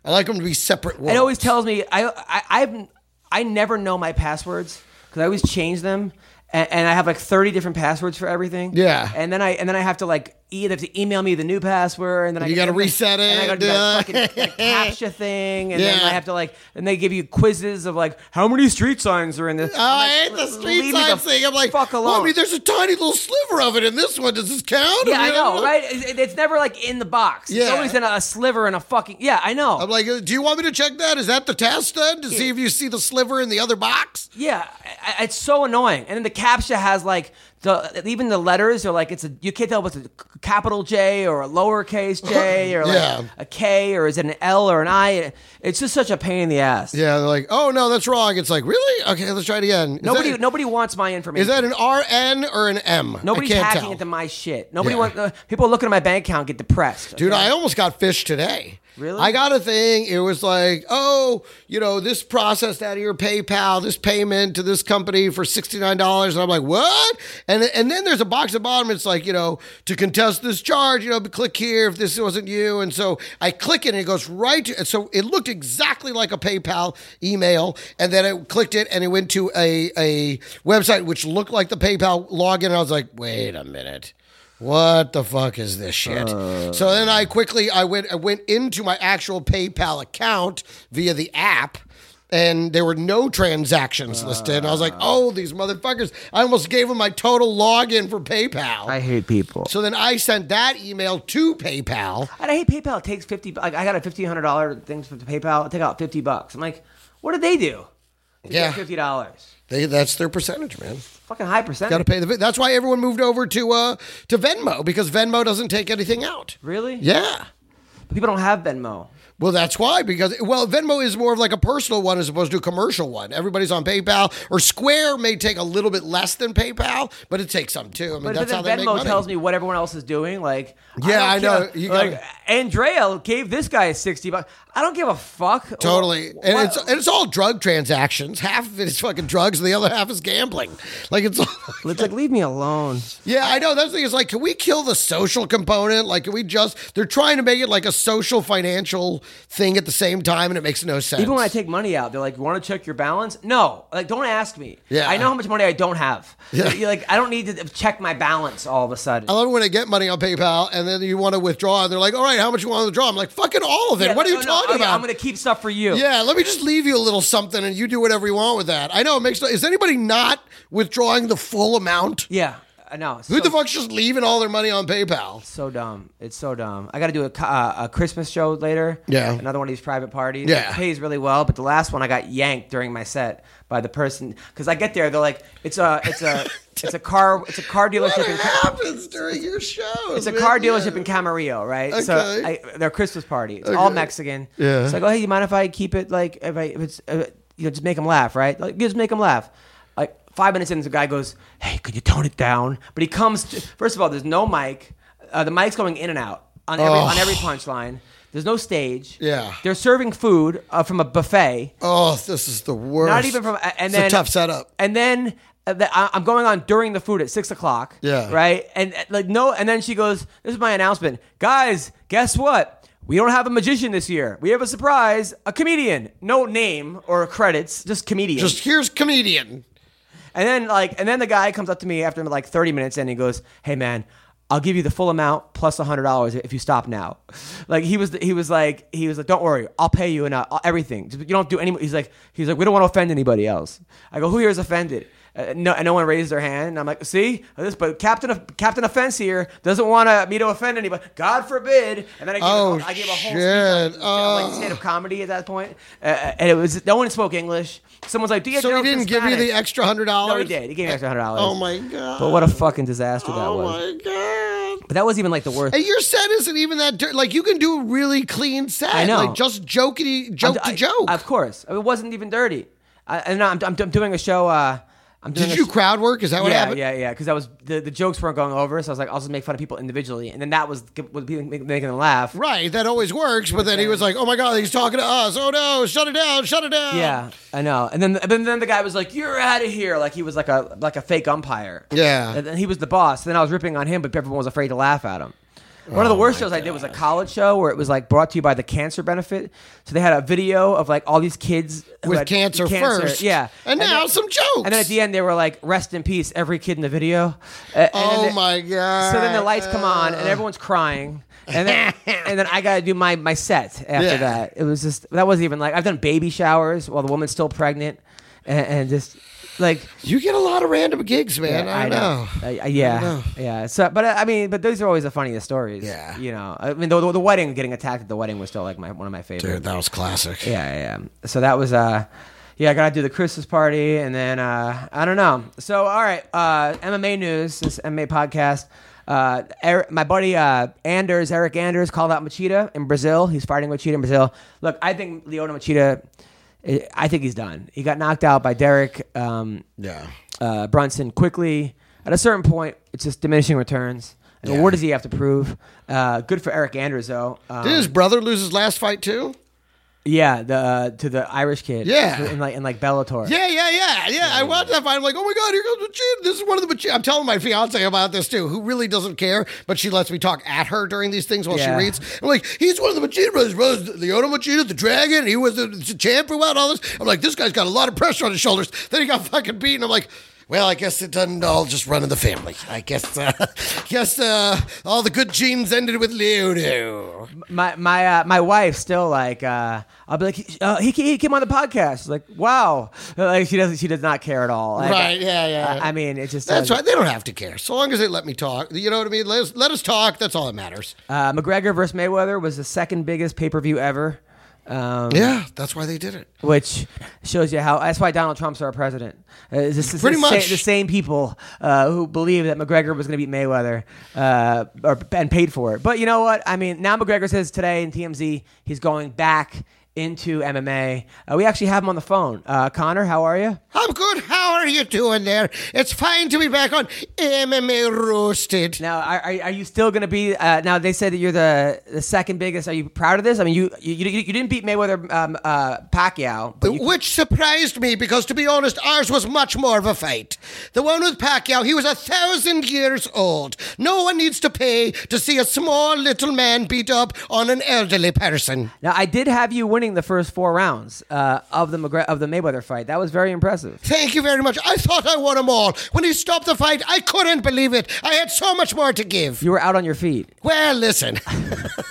I like them to be separate worlds.
It always tells me I I I've, I never know my passwords because I always change them, and, and I have like thirty different passwords for everything.
Yeah.
and then I and then I have to like either have to email me the new password, and then I
You gotta
and then-
reset
and I
it,
gotta do that
yeah.
fucking like, captcha thing, and then
Yeah.
I have to like and they give you quizzes of like how many street signs are in this.
Oh, I hate
leave
the
me
street
the
sign thing. I'm like,
fuck alone.
Mommy, there's a tiny little sliver of it in this one. Does this count?
yeah, I know, right? It's, it's never like in the box. It's
Yeah.
always in a, a sliver and a fucking. Yeah, I know.
I'm like, do you want me to check that? Is that the test then to see if you see the sliver in the other box?
Yeah, I- I- it's so annoying. And then the captcha has like the even the letters are like it's a you can't tell what's a capital J or a lowercase J or like
Yeah.
a K or is it an L or an I? It's just such a pain in the ass.
Yeah, they're like, oh no, that's wrong. It's like, really? Okay, let's try it again. Is
Nobody
that,
nobody wants my information.
Is that an RN or an M?
Nobody's
I can't
hacking
tell.
into my shit. Nobody
Yeah.
wants uh, people looking at my bank account get depressed.
Dude,
okay?
I almost got fish today.
Really?
I got a thing. It was like, oh, you know, this processed out of your PayPal, this payment to this company for $69. And I'm like, what? And, and then there's a box at the bottom. It's like, you know, to contest this charge, you know, click here if this wasn't you. And so I click it and it goes right to, and so it looked exactly like a PayPal email. And then I clicked it and it went to a, a website which looked like the PayPal login. And I was like, wait a minute what the fuck is this shit?
Uh.
so then I quickly I went I went into my actual PayPal account via the app. And there were no transactions listed. And I was
Uh.
like, oh, these motherfuckers. I almost gave them my total login for PayPal.
I hate people.
so then I sent that email to PayPal.
And I hate PayPal. It takes fifty. Like I got a fifteen hundred dollar thing for PayPal. I take out fifty bucks. I'm like, what did they do? They get
Yeah.
fifty dollars.
They, that's their percentage, man.
Fucking high percentage.
Got to pay the. That's why everyone moved over to uh to Venmo because Venmo doesn't take anything out.
Really?
Yeah.
People don't have Venmo.
Well, that's why because well, Venmo is more of like a personal one as opposed to a commercial one. Everybody's on PayPal or Square may take a little bit less than PayPal, but it takes some too. I mean,
But, but
that's how
then
they make
Venmo
money.
tells me what everyone else is doing. Like,
Yeah, I
don't
know.
care.
You
like,
gotta-
Andrea gave this guy sixty bucks. I don't give a fuck.
Totally,
Wha-
and
wha-
it's and it's all drug transactions. Half of it is fucking drugs, and the other half is gambling. Like it's,
it's like leave me alone.
yeah, I know. That's the thing is like, can we kill the social component? Like, can we just? They're trying to make it like a social financial thing at the same time, and it makes no sense.
Even when I take money out, they're like, "You want to check your balance?" No, like, don't ask me.
Yeah.
I know how much money I don't have.
Yeah. Oh,
You're like, I don't need to check my balance all of a sudden.
I love when I get money on PayPal and then you want to withdraw and they're like, all right, how much you want to withdraw? I'm like, fucking all of it.
Yeah,
what are you
no, no,
talking
I'm-
about?
I'm gonna keep stuff for you.
yeah, let me just leave you a little something and you do whatever you want with that. I know it makes no Is anybody not withdrawing the full amount?
yeah. I know.
Who
So-
the fuck's just leaving all their money on PayPal?
So dumb. It's so dumb. I got to do a, co- uh, a Christmas show later.
Yeah.
Another one of these private parties.
Yeah.
It pays really well, but the last one I got yanked during my set by the person because I get there, they're like, it's a, it's a, it's a car, it's a car
What
dealership. in Ca-
happens during your show?
it's a car dealership in Camarillo, right? So I,
Oh, Okay.
their Christmas party. It's all Mexican.
Yeah.
It's like, oh, hey, you mind if I keep it like if I if it's uh, you know just make them laugh, right? Like just make them laugh. Like five minutes in, the guy goes, hey, could you tone it down? But he comes. To, first of all, there's no mic. Uh, the mic's going in and out on every on every punchline. There's no stage.
Oh. Yeah.
They're serving food uh, from a buffet.
Oh, this is the worst.
Not even from and
it's
then
a tough setup.
And then uh, the, I- I'm going on during the food at six o'clock.
Yeah.
Right. And uh, like no. And then she goes, "This is my announcement, guys. Guess what? We don't have a magician this year. We have a surprise, a comedian. No name or credits, just comedian.
Just here's comedian.
and then like, and then the guy comes up to me after like 30 minutes and he goes, "Hey man." I'll give you the full amount plus hundred dollars if you stop now. Like he was, he was like, he was like, don't worry, I'll pay you and uh, everything. Just- You don't do any. He's like, he's like, we don't want to offend anybody else. I go, who here is offended? Uh, no, and no one raised their hand. And I'm like, see this, but Captain of Captain Offense here doesn't want to, me to offend anybody. God forbid. And then I gave,
Oh,
a, I gave a whole
shit.
speech on, like
Oh.
stand up comedy at that point, uh, and it was no one spoke English. Someone's like, do you?
So he
know
didn't give you
Spanish?"
the extra hundred dollars.
No, Oh, he did. He gave me extra hundred dollars.
Oh my god.
But what a fucking disaster that
Oh
was.
my god.
But that wasn't even like the worst.
And your set isn't even that dirt. Like you can do a really clean set.
I know.
Like just jokey joke
I-
to joke.
Of course, it wasn't even dirty. I, and I'm, I'm, I'm doing a show. Uh, I'm doing
did
a
you
sh-
crowd work? Is that what
yeah,
happened?
yeah, yeah, Because I was the, the jokes weren't going over, so I was like, I'll just make fun of people individually, and then that was was being- making them laugh.
Right, that always works. But then he was like, "Oh my god, he's talking to us. Oh no, shut it down, shut it down."
Yeah, I know. And then, and then the guy was like, "You're out of here!" Like he was like a like a fake umpire.
Yeah.
And then he was the boss. Then I was ripping on him, but everyone was afraid to laugh at him. One of
Oh
the worst shows I did was a college show where it was like brought to you by the cancer benefit. So they had a video of like all these kids who
with
had
cancer, first.
Yeah.
and, now
then-
some jokes.
And then at the end, they were like, "Rest in peace, every kid in the video." A- and then
oh
they-
my god.
So then the lights come on and everyone's crying, and then and then I got to do my my set after
Yeah.
that. It was just that wasn't even like I've done baby showers while the woman's still pregnant, and, and just like
You get a lot of random gigs, man. I, don't know.
I- I- yeah, yeah. So, but uh, I I mean, but those are always the funniest stories.
Yeah.
you know, I mean, the, the, the wedding getting attacked at the wedding was still like my one of my favorites.
Dude, that was classic.
Yeah, yeah. So that was uh yeah, I gotta do the Christmas party and then uh I don't know. So all right, uh MMA news, this MMA podcast. Uh, Eric, my buddy uh, Anders, Eric Anders, called out Machida in Brazil. He's fighting Machida in Brazil. Look, I think Leona Machida, I- I think he's done. He got knocked out by Derek um,
Yeah.
uh, Brunson quickly. At a certain point, it's just diminishing returns. I mean,
Yeah.
What does he have to prove? Uh, good for Eric Anders, though. Um,
Did his brother lose his last fight too?
yeah, the uh, to the Irish kid.
Yeah.
in like in like Bellator.
Yeah, yeah, yeah, yeah. I watched that fight. I'm like, oh my god, here comes Machida. This is one of the Machida. I'm telling my fiance about this too, who really doesn't care, but she lets me talk at her during these things while
Yeah.
she reads. I'm like, he's one of the Machida brothers. brothers Leona Machida, the dragon. He was the, the champ for a while. and All this. I'm like, this guy's got a lot of pressure on his shoulders. Then he got fucking beaten. I'm like. Well, I guess it doesn't all just run in the family. I guess, uh, guess uh, all the good genes ended with Leona.
my my uh, my wife still like uh, I'll be like he, uh, he he came on the podcast like wow like she doesn't she does not care at all Like,
Right, yeah, yeah.
I, I mean it just
That's
doesn't-
right. They don't have to care. So long as they let me talk. You know what I mean? Let us, let us talk. That's all that matters.
uh, McGregor versus Mayweather was the second biggest pay per view ever. Um,
Yeah, that's why they did it.
which shows you how that's why Donald Trump's our president. Uh, it's just the,
Pretty
the sa-
much.
the same people uh, who believe that McGregor was going to beat Mayweather uh, or, and paid for it. But you know what? I mean, now McGregor says today in TMZ he's going back into MMA. Uh, we actually have him on the phone. Uh, Connor, how are you?
I'm good. How are you doing there? It's fine to be back on MMA Roasted.
Now, are, are, are you still going to be? Uh, now they said that you're the, the second biggest. Are you proud of this? I mean, you you, you, you didn't beat Mayweather um, uh, Pacquiao, but you,
Which surprised me because, to be honest, ours was much more of a fight. The one with Pacquiao, he was a thousand years old. No one needs to pay to see a small little man beat up on an elderly person.
Now I did have you winning the first four rounds uh, of the McGre- of the Mayweather fight. That was very impressive.
Thank you very much. I thought I won them all. When he stopped the fight, I couldn't believe it. I had so much more to give.
You were out on your feet.
Well, listen.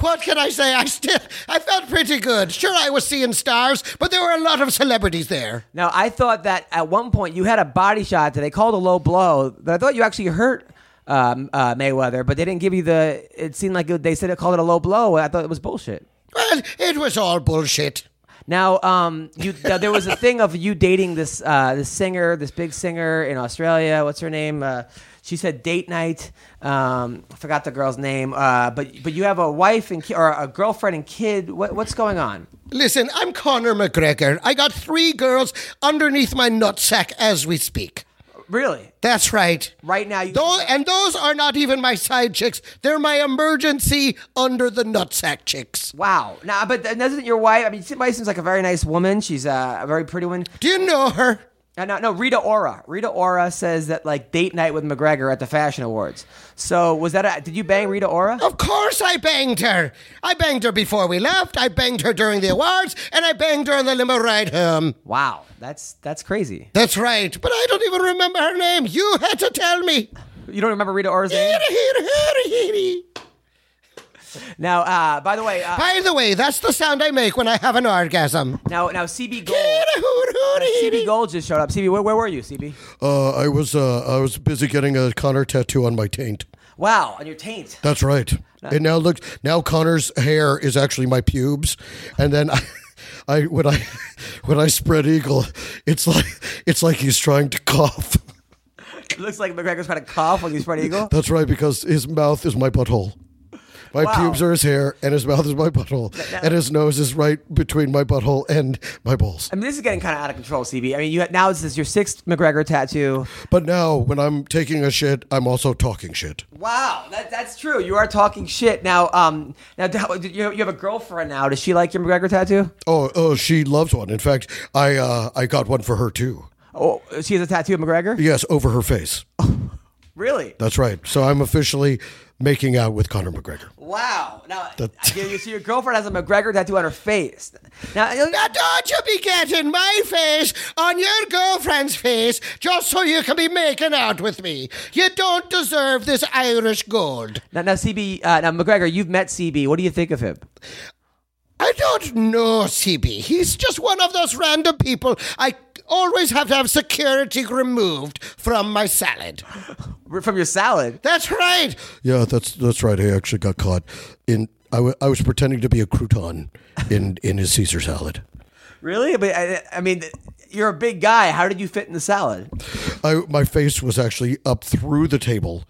what can I say? I still I felt pretty good. Sure, I was seeing stars, but there were a lot of celebrities there.
Now I thought that at one point you had a body shot that they called a low blow that I thought you actually hurt um, uh, Mayweather, but they didn't give you the. It seemed like it, they said it called it a low blow. I thought it was bullshit.
Well, it was all bullshit.
Now, um, you now, there was a thing of you dating this uh, this singer, this big singer in Australia. What's her name? Uh, she said date night. Um, I forgot the girl's name. Uh, but but you have a wife and ki- or a girlfriend and kid. What, what's going on?
Listen, I'm Conor McGregor. I got three girls underneath my nutsack as we speak.
Really?
That's right.
Right now, you
Those, and those are not even my side chicks. They're my emergency under the nutsack chicks.
Wow. Now, but th- doesn't your wife? I mean, somebody seems like a very nice woman. She's uh, a very pretty one.
Do you know her?
Uh, no, no, Rita Ora. Rita Ora says that like date night with McGregor at the Fashion Awards. So was that? A, did you bang Rita Ora?
Of course I banged her. I banged her before we left, I banged her during the awards, and I banged her on the limo ride home.
Wow. That's that's crazy.
That's right, but I don't even remember her name. You had to tell me.
You don't remember Rita Orzan? Now, uh, by the way, uh,
By the way, that's the sound I make when I have an orgasm.
now now CB Gold, CB Gold just showed up. CB, where, where were you, CB?
Uh, I was uh, I was busy getting a Connor tattoo on my taint.
Wow, on your taint.
That's right. It now looks now Connor's hair is actually my pubes, and then I, I when I when I spread eagle, it's like it's like he's trying to cough.
It looks like McGregor's trying to cough on his spread eagle.
That's right because his mouth is my butthole. My
Wow.
pubes are his hair, and his mouth is my butthole, and his nose is right between my butthole and my balls.
I mean, this is getting kind of out of control, CB. I mean, you now this is your sixth McGregor tattoo.
But now, when I'm taking a shit, I'm also talking shit.
Wow, that, that's true. You are talking shit now. Um, now do- do you, you have a girlfriend now. Does she like your McGregor tattoo?
Oh, oh, she loves one. In fact, I uh, I got one for her too.
Oh, she has a tattoo of McGregor.
Yes, over her face.
Really?
That's right. So I'm officially making out with Conor McGregor.
Wow. Now,
That-
you, you see, your girlfriend has a McGregor tattoo on her face. Now, you-
Now don't you be getting my face on your girlfriend's face just so you can be making out with me. You don't deserve this Irish gold.
now, now CB, uh, now McGregor, you've met CB. What do you think of him?
I don't know, CB. He's just one of those random people I always have to have security removed from my salad.
R- From your salad?
That's right.
Yeah, that's that's right. I actually got caught in. I wa- I was pretending to be a crouton in in his Caesar salad.
Really? But I, I mean, you're a big guy. How did you fit in the salad?
I my face was actually up through the table.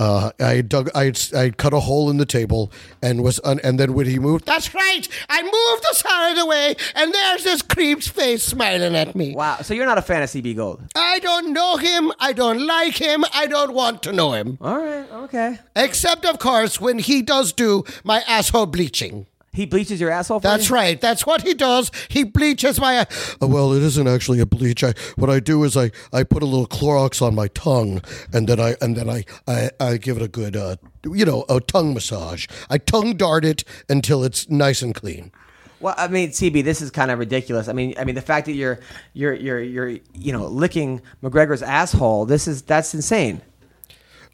Uh, I had dug. I had, s- I had cut a hole in the table and was un, and then when he moved,
That's right. I moved the salad away, and there's this creep's face smiling at me.
Wow. So you're not a fan of CB Gold.
I don't know him. I don't like him. I don't want to know him.
All right. Okay.
Except, of course, when he does do my asshole bleaching.
He bleaches your asshole. For
That's
you?
right. That's what he does. He bleaches my.
Uh, well, it isn't actually a bleach. I, what I do is I, I put a little Clorox on my tongue, and then I and then I I, I give it a good uh, you know a tongue massage. I tongue dart it until it's nice and clean.
Well, I mean, CB, this is kind of ridiculous. I mean, I mean, the fact that you're you're you're you're you know licking McGregor's asshole. This is that's insane.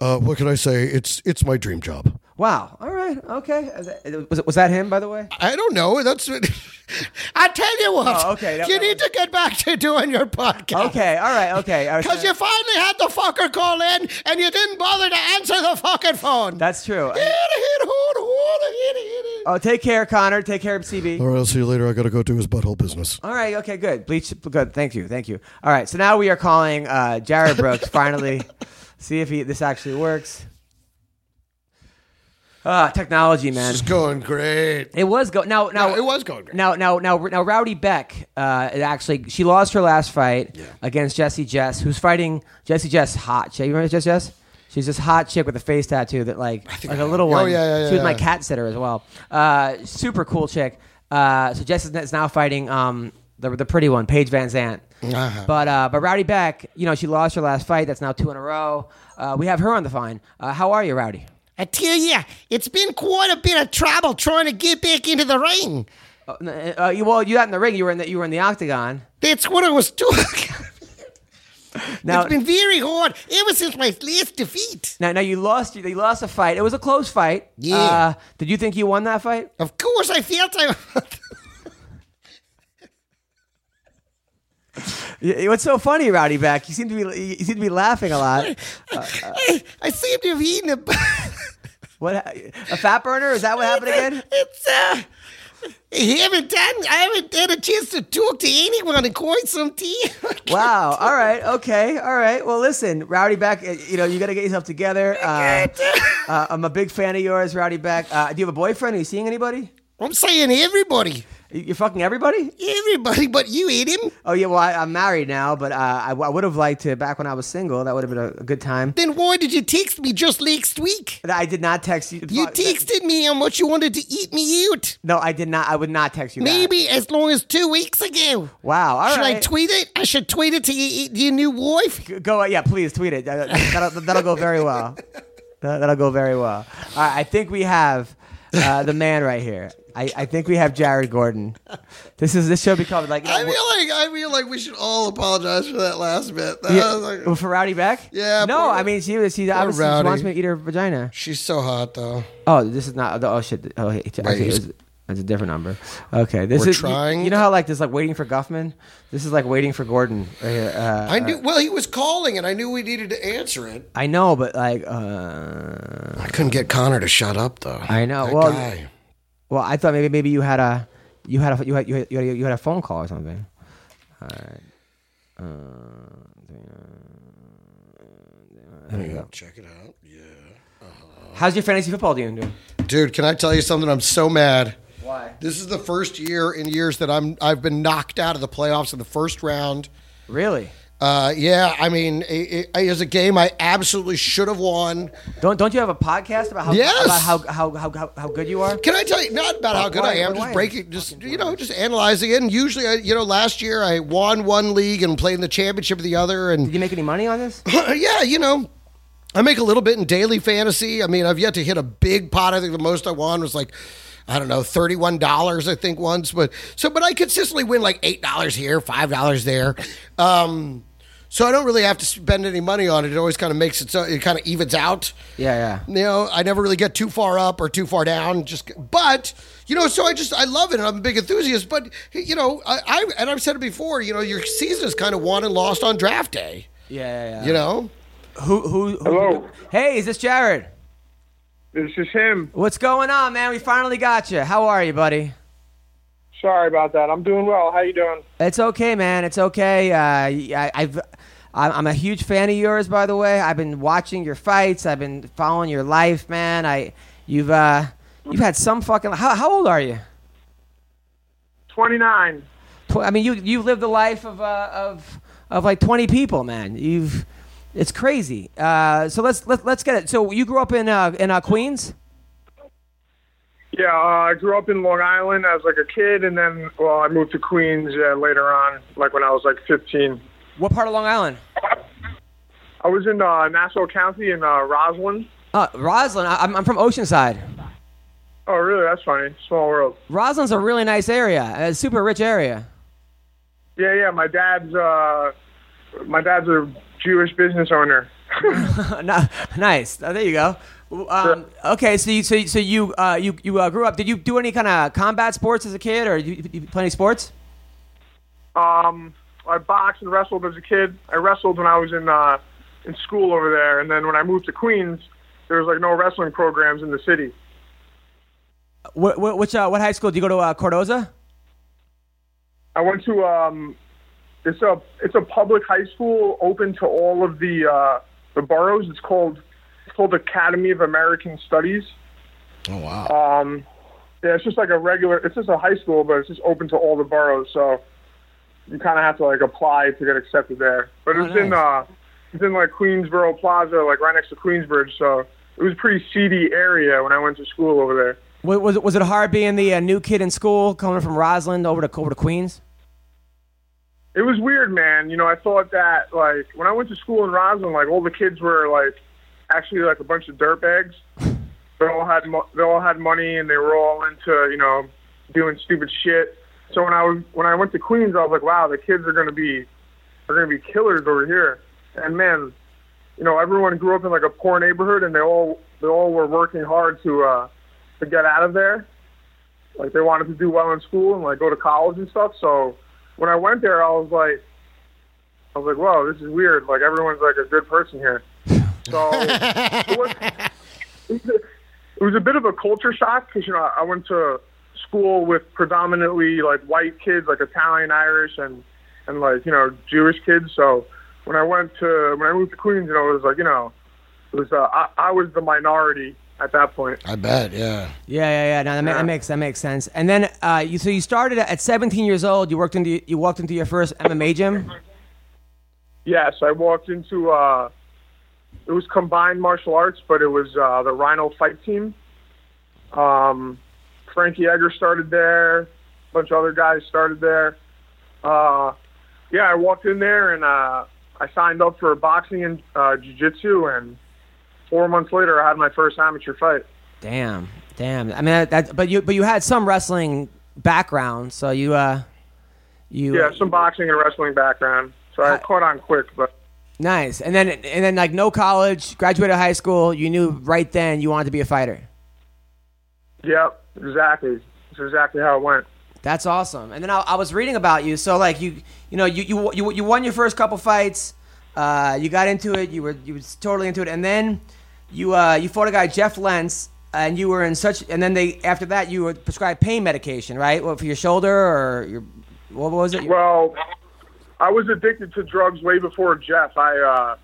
Uh, what can I say? It's it's my dream job.
Wow. All right. Okay. Was was that him, by the way?
I don't know. That's
I tell you what.
Oh, okay. That-
you
that
need
was-
to get back to doing your podcast.
Okay. All right. Okay. All right.
Because you finally had the fucker call in and you didn't bother to answer the fucking phone.
That's true.
Oh,
Oh, take care, Connor. Take care of CB.
all right. I'll see you later. I got to go do his butthole business.
All right. Okay. Good. Bleach. Good. Thank you. Thank you. All right. So now we are calling uh, Jared Brooks. finally, see if he, this actually works. Ah, technology, man.
It's going great.
It was go now. Now
it was going great.
Now, now, now, now. Rowdy Beck. Uh, it actually, she lost her last fight against Jesse Jess, who's fighting Jesse Jess. Hot chick. You remember Jesse Jess? She's this hot chick with a face tattoo that, like, like a little one.
Oh, yeah, yeah,
She
yeah,
was my
yeah.
cat sitter as well. Uh, super cool chick. Uh, so Jess is- is now fighting um the the pretty one, Paige Van Zant.
Uh-huh.
But uh, but Rowdy Beck, you know, she lost her last fight. That's now two in a row. Uh, we have her on the phone. Uh, how are you, Rowdy?
I tell ya, it's been quite a bit of trouble trying to get back into the ring.
Uh, n- uh, you, well, you got in the ring. You were in the you were in the octagon.
That's what I was doing.
Now,
it's been very hard ever since my last defeat.
Now, now you lost. You lost a fight. It was a close fight.
Yeah.
Uh, did you think you won that fight?
Of course, I felt I.
Y- What's so funny, Rowdy Back? You seem to be you seem to be laughing a lot.
I, I seem to have eaten a.
What? ha- A fat burner? Is that what happened again?
It's uh. I haven't done. I haven't had a chance to talk to anyone in quite some time.
Wow. All right. Okay. All right. Well, listen, Rowdy Back. uh, You know you got to get yourself together. Uh, uh, I'm a big fan of yours, Rowdy Back. Uh, do you have a boyfriend? Are you seeing anybody?
I'm saying everybody,
You- You're fucking everybody.
everybody, but you ate him.
Oh yeah. Well, I, I'm married now, but uh, I, w- I would have liked to back when I was single. That would have been a, a good time.
Then why did you text me just last week?
I did not text you.
You
Fuck.
texted me how much you wanted to eat me out.
No, I did not. I would not text you. back.
Maybe as long as two weeks ago.
Wow. All right.
Should I tweet it? I should tweet it to your, your new wife.
G- go? Yeah, please tweet it. Uh, That'll, that'll go very well. That- That'll go very well. All right, I think we have uh, the man right here. I, I think we have Jared Gordon. This is this should be called like.
I feel like I feel like we should all apologize for that last bit. That
yeah,
was like-
well, for Rowdy Beck?
Yeah,
No,
poor-
I mean she was. She obviously just
Rowdy.
wants me to eat her vagina.
she's so hot though.
Oh, this is not. Oh shit. Oh, hey, okay,
Right,
it
he's-
was- that's a different number. Okay, this
We're
is
trying-
You, know how like this like waiting for Guffman. This is like waiting for Gordon right here. Uh,
I knew. Well, he was calling, and I knew we needed to answer it.
I know, but like, uh,
I couldn't get Connor to shut up though.
I know.
That
well,
guy.
well, I thought maybe maybe you had a you had a you had you had, you had, a, you had a phone call or something. All right. Uh, there we go.
check it out. Yeah,
How's your fantasy football team doing?
dude. Can I tell you something? I'm so mad.
Why?
This is the first year in years that I'm I've been knocked out of the playoffs in the first round.
Really?
Uh, yeah, I mean, it, it, it was a game I absolutely should have won.
Don't don't you have a podcast about how
Yes.
about how, how, how, how, how good you are?
Can I tell you not about how good
Why-
I am?
why-
Just
why?
breaking, just you know, just analyzing it. And usually, I, you know, last year I won one league and played in the championship of the other.
Did
And
you make any money on this?
yeah, you know, I make a little bit in daily fantasy. I mean, I've yet to hit a big pot. I think the most I won was like. I don't know, thirty-one dollars, I think once, but so, but I consistently win like eight dollars here, five dollars there, um, so I don't really have to spend any money on it. It always kind of makes it so it kind of evens out.
Yeah, yeah.
You know, I never really get too far up or too far down. Just, but you know, so I just I love it. and I'm a big enthusiast. But you know, I, I and I've said it before. You know, your season is kind of won and lost on draft day.
Yeah, yeah, yeah.
You know,
Who, who, who,
Hello.
Hey, is this Jared?
This is him.
What's going on, man? We finally got you. How are you, buddy?
Sorry about that. I'm doing well. How you doing?
It's okay, man. It's okay. Uh, I, I've, I'm I'm a huge fan of yours, by the way. I've been watching your fights. I've been following your life, man. I, you've, uh, you've had some fucking. How, how old are you?
29.
Tw- I mean, you, you've lived the life of, uh, of, of like 20 people, man. You've, it's crazy. Uh, so let's, let, let's get it. So you grew up in, uh, in uh, Queens.
Yeah, uh, I grew up in Long Island as like a kid, and then well, I moved to Queens uh, later on, like when I was like 15.
What part of Long Island?
I was in uh, Nassau County in uh, Roslyn.
Uh, Roslyn. I, I'm, I'm from Oceanside.
Oh, really? That's funny. Small world.
Roslin's a really nice area, a super rich area.
Yeah, yeah. My dad's uh, my dad's a Jewish business owner.
Ni- nice. Oh, there you go. Um, okay, so you, so you- so you uh, you you uh, grew up. Did you do any kind of combat sports as a kid, or you, you play any sports?
Um, I boxed and wrestled as a kid. I wrestled when I was in uh, in school over there, and then when I moved to Queens, there was like no wrestling programs in the city.
What what which, uh, what high school did you go to? Uh, Cordoza.
I went to um, it's a it's a public high school open to all of the uh, the boroughs. It's called it's called Academy of American Studies. Oh wow. Um, yeah, it's just like a regular. It's just a high school, but it's just open to all the boroughs. So you kind of have to like apply to get accepted there. But it's in uh, it's in like Queensboro Plaza, like right next to Queensbridge. So it was a pretty seedy area when I went to school over there.
Wa- Was it was it hard being the uh, new kid in school, coming from Roslyn over to over to Queens?
it was weird, man. You know, I thought that like when I went to school in Roslyn, like all the kids were like actually like a bunch of dirtbags. They all had mo- they all had money and they were all into you know doing stupid shit. So when I was when I went to Queens, I was like, wow, the kids are gonna be are gonna be killers over here. And man, you know, everyone grew up in like a poor neighborhood, and they all they all were working hard to uh, to get out of there. Like they wanted to do well in school and like go to college and stuff. So when I went there, I was like, I was like, whoa, this is weird. Like everyone's like a good person here. So it was, it was a bit of a culture shock because you know I went to school with predominantly like white kids, like Italian, Irish, and and like you know Jewish kids. So when I went to when I moved to Queens, you know, it was like you know, it was uh, I, I was the minority at that point.
I bet. Yeah,
Yeah, yeah, yeah. No, that, ma- that makes that makes sense. And then uh, you so you started at 17 years old. You worked into you walked into your first MMA gym.
Yes, I walked into uh it was combined martial arts, but it was uh the Rhino fight team. Um Frankie Egger started there, a bunch of other guys started there. Uh yeah, I walked in there and uh I signed up for boxing and uh jiu-jitsu and 4 months later I had my first amateur fight.
Damn, Damn. I mean, that, that, but you but you had some wrestling background, so you uh, you
Yeah, some boxing and wrestling background, so I caught on quick. But
nice. And then and then like no college, graduated high school. You knew right then you wanted to be a fighter.
yep, exactly. That's exactly how it went.
That's awesome. And then I, I was reading about you. So like you, you know, you you you, you won your first couple fights. Uh, you got into it. You were you was totally into it. And then you uh, you fought a guy Jeff Lentz, and you were in such. And then they after that you were prescribed pain medication, right? What for your shoulder or your what was it?
Well, I was addicted to drugs way before Jeff. I uh,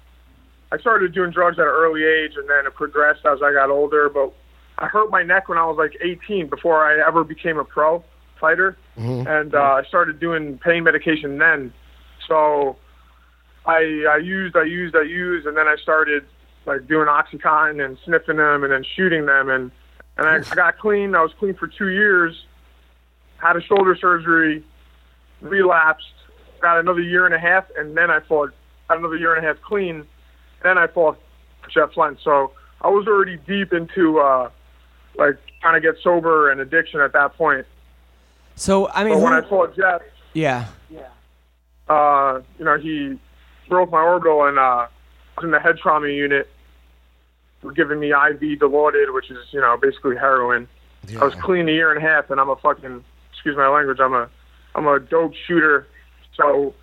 I started doing drugs at an early age, and then it progressed as I got older. But I hurt my neck when I was like 18 before I ever became a pro fighter, and uh, I started doing pain medication then. So I I used I used I used, and then I started like doing OxyContin and sniffing them, and then shooting them, and and I, I got clean. I was clean for two years. Had a shoulder surgery relapsed, got another year and a half, and then I fought got another year and a half clean. Then I fought Jeff Lent. So I was already deep into uh, like trying to get sober and addiction at that point.
So I mean,
But when
who-
I fought Jeff,
yeah.
uh, you know, he broke my orbital and uh, was in the head trauma unit. Were giving me IV Dilaudid, which is you know basically heroin. I was clean a year and a half, and I'm a fucking excuse my language. I'm a I'm a dope shooter. So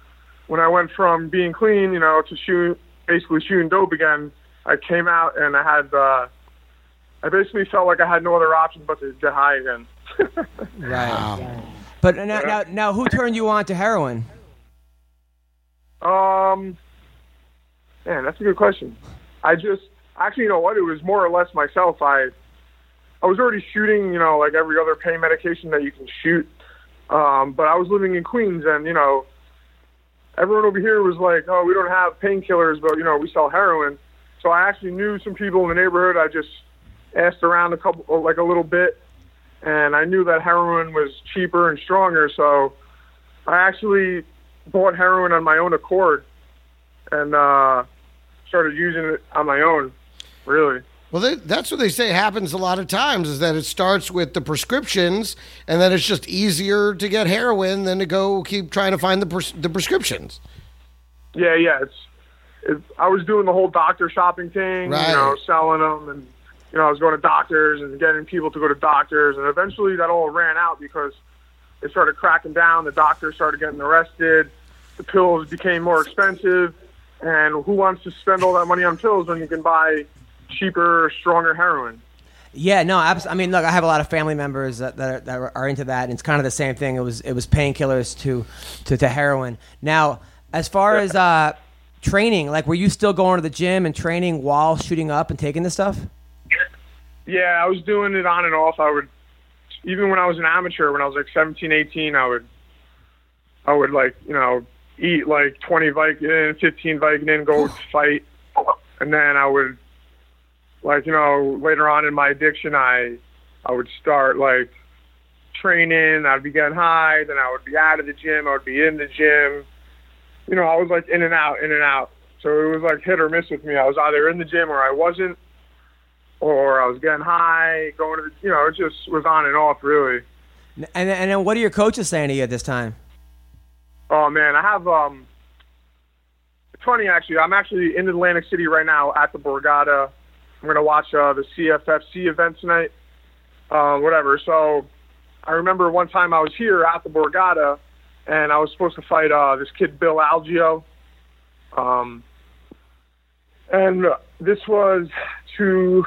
when I went from being clean, you know, to shoot basically shooting dope again, I came out and I had uh, I basically felt like I had no other option but to get high again.
Right. But now, now now who turned you on to heroin?
Um, man, that's a good question. I just actually, you know what? It was more or less myself. I I was already shooting, you know, like every other pain medication that you can shoot. Um, but I was living in Queens, and you know, everyone over here was like, "Oh, we don't have painkillers, but you know, we sell heroin." So I actually knew some people in the neighborhood. I just asked around a couple, oh, like a little bit, and I knew that heroin was cheaper and stronger. So I actually bought heroin on my own accord and uh, started using it on my own. Really,
Well, they, that's what they say happens a lot of times is that it starts with the prescriptions, and then it's just easier to get heroin than to go keep trying to find the pres- the prescriptions.
yeah, yeah. It's, it's I was doing the whole doctor shopping thing,
Right.
you know, selling them, and you know, I was going to doctors and getting people to go to doctors, and eventually that all ran out because they started cracking down. The doctors started getting arrested. The pills became more expensive, and who wants to spend all that money on pills when you can buy cheaper, stronger heroin?
Yeah, no, abs- I mean, look, I have a lot of family members that, that, are, that are into that, and it's kind of the same thing. It was it was painkillers to, to to heroin. Now, as far as uh, training, like, were you still going to the gym and training while shooting up and taking this stuff?
Yeah, I was doing it on and off. I would, even when I was an amateur, when I was like 17, 18, I would, I would like, you know, eat like 20 Vicodin, 15 Vicodin, go fight. And then I would, like, you know, later on in my addiction, I, I would start like training. I'd be getting high. Then I would be out of the gym. I would be in the gym. You know, I was like in and out, in and out. So it was like hit or miss with me. I was either in the gym or I wasn't or I was getting high, going to the, you know, it just was on and off really.
And and then what are your coaches saying to you at this time?
Oh man, I have um, it's funny actually. I'm actually in Atlantic City right now at the Borgata. I'm gonna watch uh, the CFFC event tonight, uh, whatever. So I remember one time I was here at the Borgata, and I was supposed to fight uh, this kid Bill Algio. Um, and this was two,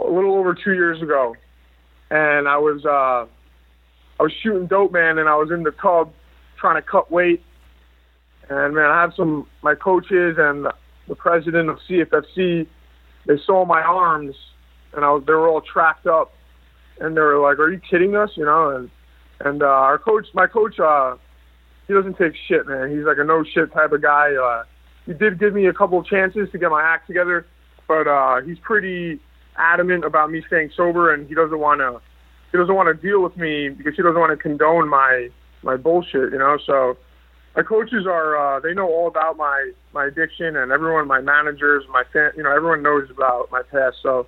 a little over two years ago, and I was uh, I was shooting dope, man, and I was in the tub trying to cut weight. And man, I have some my coaches and the president of CFFC. They saw my arms, and I was, they were all tracked up, and they were like, "Are you kidding us?" You know, and and uh, our coach, my coach, uh, he doesn't take shit, man. He's like a no shit type of guy. Uh, he did give me a couple chances to get my act together, but uh, he's pretty adamant about me staying sober, and he doesn't want to he doesn't want to deal with me because he doesn't want to condone my my bullshit, you know. So my coaches are uh, they know all about my my addiction and everyone, my managers, my fan, you know, everyone knows about my past. So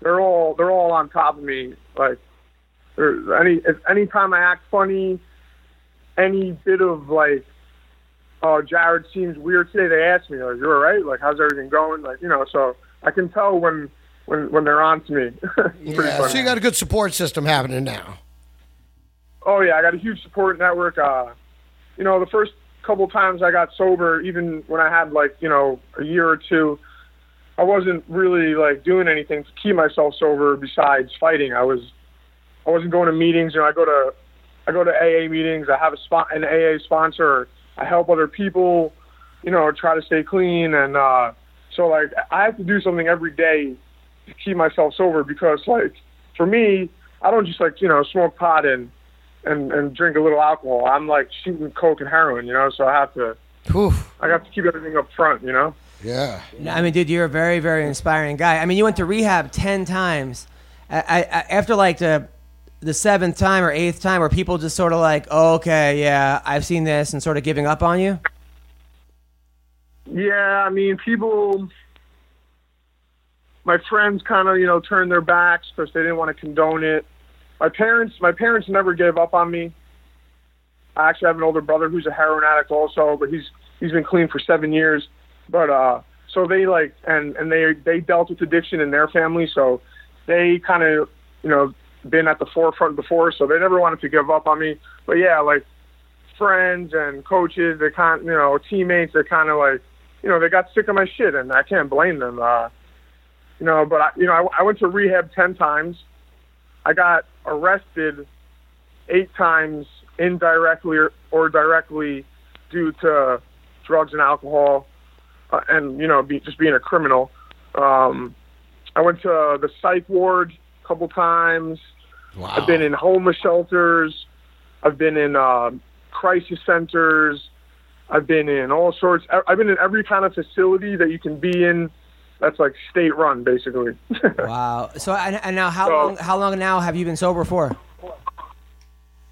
they're all they're all on top of me. Like they're- any if any time I act funny, any bit of like, oh Jared seems weird today. They ask me like, you're all right. Like how's everything going? Like you know. So I can tell when when when they're on to me. It's pretty
Yeah,
funny.
so you got a good support system happening now.
Oh yeah, I got a huge support network. Uh, you know, the first couple times I got sober, even when I had like you know a year or two, I wasn't really like doing anything to keep myself sober besides fighting. I was, I wasn't going to meetings. You know, I go to, I go to AA meetings. I have a spot an AA sponsor. I help other people. You know, try to stay clean and uh, so like I have to do something every day to keep myself sober because like for me, I don't just like you know smoke pot and and and drink a little alcohol. I'm like shooting coke and heroin, you know. So I have to, I have to keep everything up front, you know.
Yeah.
No, I mean, dude, you're a very, very inspiring guy. I mean, you went to rehab ten times. I, I, I- after like the the seventh time or eighth time, where people just sort of like, oh, okay, yeah, I've seen this, and sort of giving up on you.
Yeah, I mean, people, my friends kind of, you know, turned their backs because they didn't want to condone it. My parents, my parents never gave up on me. I actually have an older brother who's a heroin addict also, but he's he's been clean for seven years. But uh, so they like and and they they dealt with addiction in their family, so they kind of you know been at the forefront before, so they never wanted to give up on me. But yeah, like friends and coaches, they kind you know teammates, they kind of like you know, they got sick of my shit, and I can't blame them. Uh, you know, but I, you know, I, I went to rehab ten times. I got arrested eight times indirectly or, or directly due to drugs and alcohol, uh, and you know, be, just being a criminal. Um, I went to the psych ward a couple times. I've been in homeless shelters. I've been in uh, crisis centers. I've been in all sorts. I- I've been in every kind of facility that you can be in. That's like state run, basically.
Wow. So, and, and now, how
So-
long? How long now have you been sober for?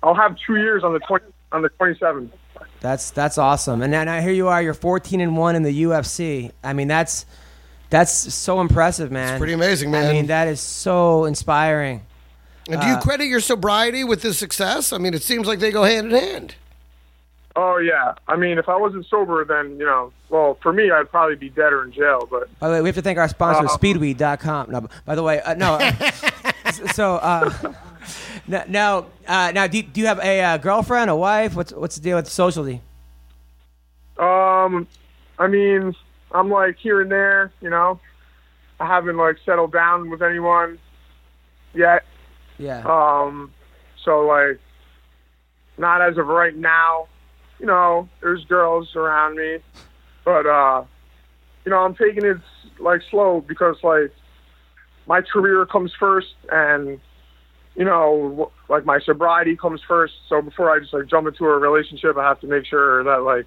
I'll have two years on the twenty on the twenty seventh.
That's that's awesome. And now, now here you are. You're 14 and one in the UFC. I mean, that's that's so impressive, man.
Pretty amazing, man.
I mean, that is so inspiring.
and do you credit your sobriety with this success? I mean, it seems like they go hand in hand.
Oh yeah. I mean, if I wasn't sober, then you know, well, for me, I'd probably be dead or in jail. But
By the way, we have to thank our sponsor,
Uh-oh.
Speedweed.com. No, by the way, uh, no. uh, s- so, uh, n- now, uh, now, do, you- do you have a uh, girlfriend, a wife? What's what's the deal with socially?
um, I mean, I'm like here and there. You know, I haven't like settled down with anyone yet.
Yeah.
Um, so like, not as of right now. You know, there's girls around me, but uh, you know, I'm taking it like slow because like my career comes first, and you know, wh- like my sobriety comes first. So before I just like jump into a relationship, I have to make sure that like,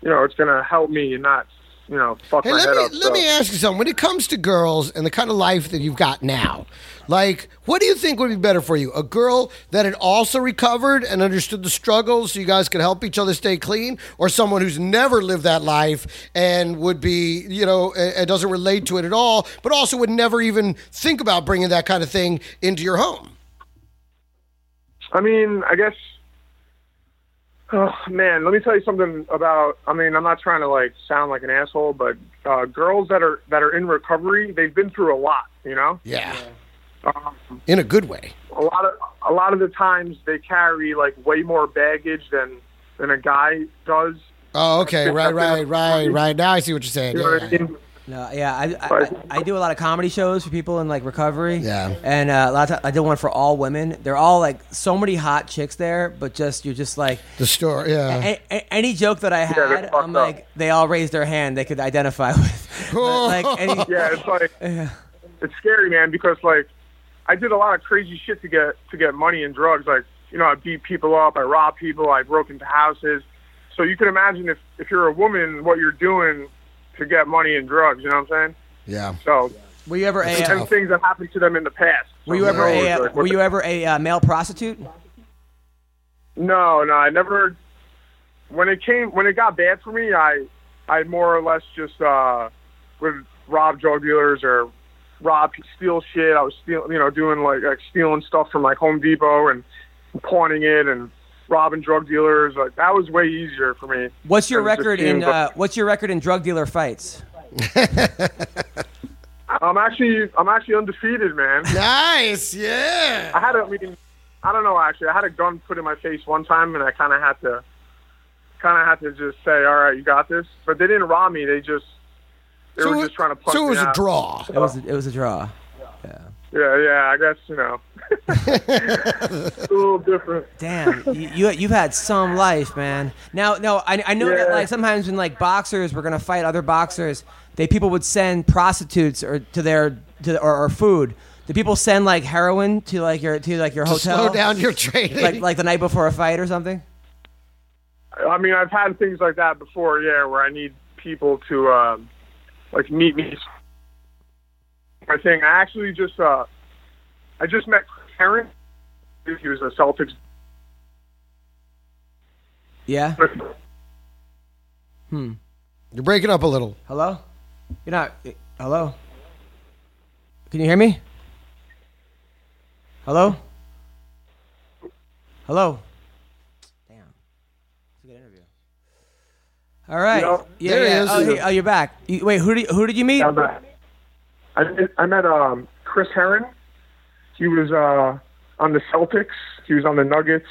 you know, it's gonna help me and not, you know, fuck
Hey,
my
let
head
me
up.
let
so.
me ask you something. When it comes to girls and the kind of life that you've got now, like, what do you think would be better for you? A girl that had also recovered and understood the struggles, so you guys could help each other stay clean, or someone who's never lived that life and would be, you know, and and doesn't relate to it at all, but also would never even think about bringing that kind of thing into your home.
I mean, I guess. Oh man, let me tell you something about. I mean, I'm not trying to like sound like an asshole, but uh, girls that are that are in recovery, they've been through a lot. You know,
Yeah, in a good way.
a lot of a lot of the times they carry like way more baggage than than a guy does.
Oh, okay, right, right, right, right. Now I see what you're saying.
You know
Yeah,
what I
yeah,
mean?
No, yeah, I, I,
Sorry.
I I do a lot of comedy shows for people in like recovery.
Yeah.
and uh, a lot of ti- I did one for all women. They're all like so many hot chicks there, but just you're just like
the story. Yeah.
a, a- any joke that I
they're
had,
fucked
I'm
up.
like they all raised their hand. They could identify with like any,
Yeah, it's like it's scary, man, because like I did a lot of crazy shit to get to get money and drugs. Like you know, I beat people up, I robbed people, I broke into houses. So you can imagine if if you're a woman, what you're doing to get money and drugs. You know what I'm saying?
Yeah.
So
Were you ever a uh,
and things that happened to them in the past.
were you
So
ever
it's
a uh,
like, what
were
the-
you ever a uh, male prostitute?
No, no, I never. When it came, when it got bad for me, I, I more or less just uh, would rob drug dealers or rob, steal shit. I was stealing, you know, doing like, like stealing stuff from like Home Depot and pawning it and robbing drug dealers. Like that was way easier for me.
What's your
than just
record
being
in
the-
uh, What's your record in drug dealer fights?
I'm actually I'm actually undefeated, man.
Nice, yeah.
I had a I mean, I don't know actually. I had a gun put in my face one time, and I kind of had to, kind of had to just say, "All right, you got this." But they didn't rob me. They just they
So
were
it-
just trying to punch
So it
me
was a
out.
draw.
It was It was a draw.
Yeah, yeah. I guess you know. it's a little different.
Damn, you, you you've had some life, man. Now, no, I, I know that
Yeah.
like sometimes when like boxers were gonna fight other boxers, they people would send prostitutes or to their to or, or food. Did people send like heroin to like your to like your hotel?
Slow down your training.
Like like the night before a fight or something?
I mean, I've had things like that before. Yeah, where I need people to um, like meet me. My thing. I actually just uh, I just met Karen. He was a Celtics.
Yeah.
You're breaking up a little.
Hello? You're not. eh, Hello? Can you hear me? Hello? Hello? Damn. It's a good interview. All right.
Yo,
yeah,
there he
yeah.
is.
Oh, hey, oh, you're back. You, wait, who did who did you meet?
I met, I met, I met um, Chris Heron. He was uh, on the Celtics. He was on the Nuggets.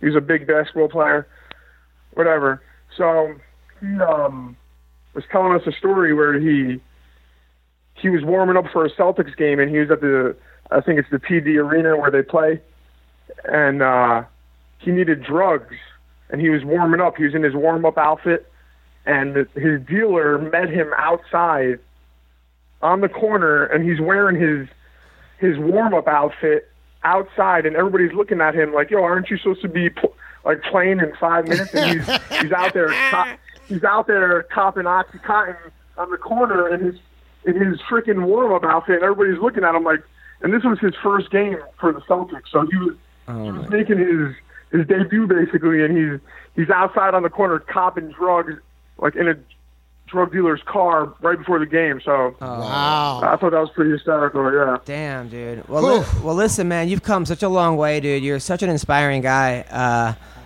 He was a big basketball player. Whatever. So he um, was telling us a story where he he was warming up for a Celtics game, and he was at the I think it's the TD Arena where they play, and uh, he needed drugs, and he was warming up. He was in his warm up outfit, and his dealer met him outside on the corner and he's wearing his his warm up outfit outside and everybody's looking at him like yo aren't you supposed to be pl- like playing in five minutes and he's he's out there cop- he's out there copping oxycontin on the corner in his in his freaking warm up outfit and everybody's looking at him like and this was his first game for the Celtics so he was, he was making his his debut basically and he's he's outside on the corner copping drugs like in a drug dealer's car right before the game so
Wow.
I thought that was pretty hysterical. Yeah.
Damn, dude. Well, li- well, listen, man, you've come such a long way, dude. You're such an inspiring guy.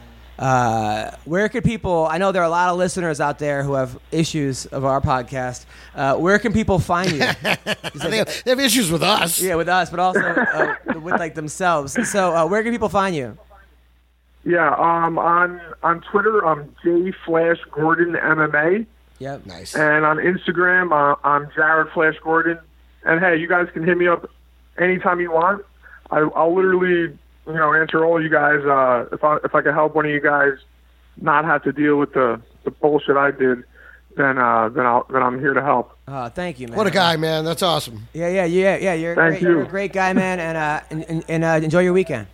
Uh, uh, where could people? I know there are a lot of listeners out there who have issues of our podcast. Uh, where can people find you?
They have, they have issues with us.
yeah, with us, but also uh, with like themselves. So, uh, where can people find you?
Yeah. Um. On on Twitter, I'm J Flash Gordon MMA,
Yep.
Nice.
and on Instagram, uh, I'm Jared Flash Gordon. And hey, you guys can hit me up anytime you want. I, I'll literally, you know, answer all you guys. Uh, if I if I can help one of you guys not have to deal with the the bullshit I did, then uh, then I'll then I'm here to help.
Uh, thank you, man.
What a guy, man. That's awesome.
Yeah, yeah, yeah, yeah. You're, a
Thank
great, you're a
you.
great guy, man, and uh, and, and, and uh, enjoy your weekend.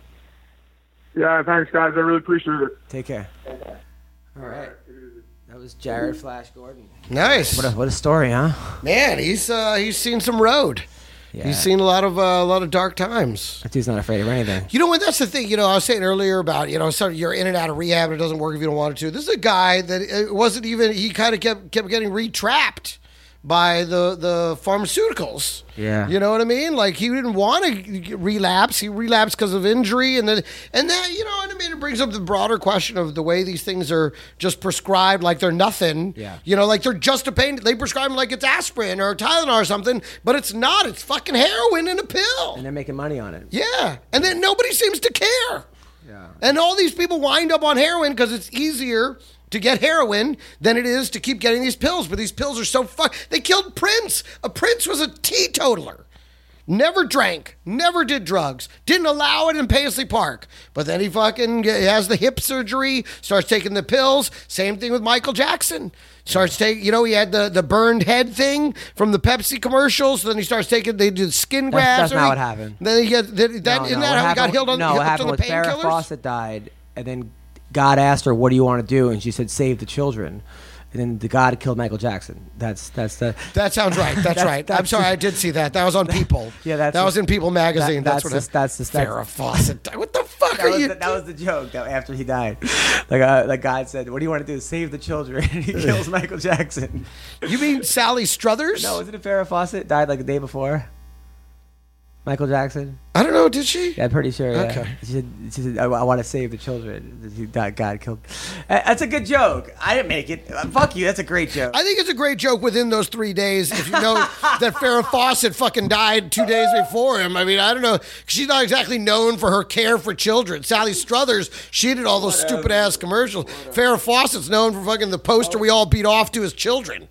Yeah. Thanks, guys. I really appreciate it.
Take care. All right. That was Jared Flash Gordon.
Nice.
What a story, huh?
Man, he's uh, he's seen some road.
Yeah.
He's seen a lot of uh, a lot of dark times.
That dude's not afraid of anything.
You know what? That's the thing. You know, I was saying earlier about you know, some, you're in and out of rehab and it doesn't work if you don't want it to. This is a guy that uh, it wasn't even. He kind of kept kept getting retrapped by the the pharmaceuticals.
Yeah.
you know what I mean. Like he didn't want to relapse. He relapsed because of injury, and then and that you know what I mean. It brings up the broader question of the way these things are just prescribed like they're nothing.
Yeah.
you know, like they're just a pain. They prescribe them like it's aspirin or Tylenol or something, but it's not. It's fucking heroin in a pill.
And they're making money on it.
Yeah, and then nobody seems to care. Yeah. And all these people wind up on heroin because it's easier to get heroin than it is to keep getting these pills. But these pills are so fuck. They killed Prince. A Prince was a teetotaler. Never drank, never did drugs, didn't allow it in Paisley Park. But then he fucking ge- has the hip surgery, starts taking the pills. Same thing with Michael Jackson. Starts taking, you know, he had the, the burned head thing from the Pepsi commercials. Then he starts taking, they do skin
That's-
grafts.
that's not
or-
what happened.
Then he gets, that, that,
No, no, what
isn't that how he got
happened-
healed on,
No,
hooked
what happened
on the
was Farrah
painkillers?
Fawcett died, and then God asked her, "What do you want to do?" And she said, "Save the children." And then the God killed Michael Jackson. That's that's the
That sounds right. That's, right. I'm
that's-
sorry, I did see that. That was on People.
Yeah, that's
that was
a-
in People magazine.
that- that's
that's, what.
just- that's just- that's-
Farrah Fawcett. died. What the fuck
that
are
was,
you?
the, that was the joke that after he died, like uh, like God said, "What do you want to do? Save the children." he kills Michael Jackson.
you mean Sally Struthers?
No, wasn't it Farrah Fawcett died like the day before? Michael Jackson?
I don't know. Did she?
Yeah, I'm pretty sure. Yeah.
Okay.
She said, she said I, want to save the children. She got God killed. Uh, That's a good joke. I didn't make it. Uh, Fuck you. That's a great joke.
I think it's a great joke within those three days. If you know that Farrah Fawcett fucking died two days before him, I mean, I don't know. She's not exactly known for her care for children. Sally Struthers, she did all those stupid ass commercials. Farrah Fawcett's known for fucking the poster we all beat off to as children.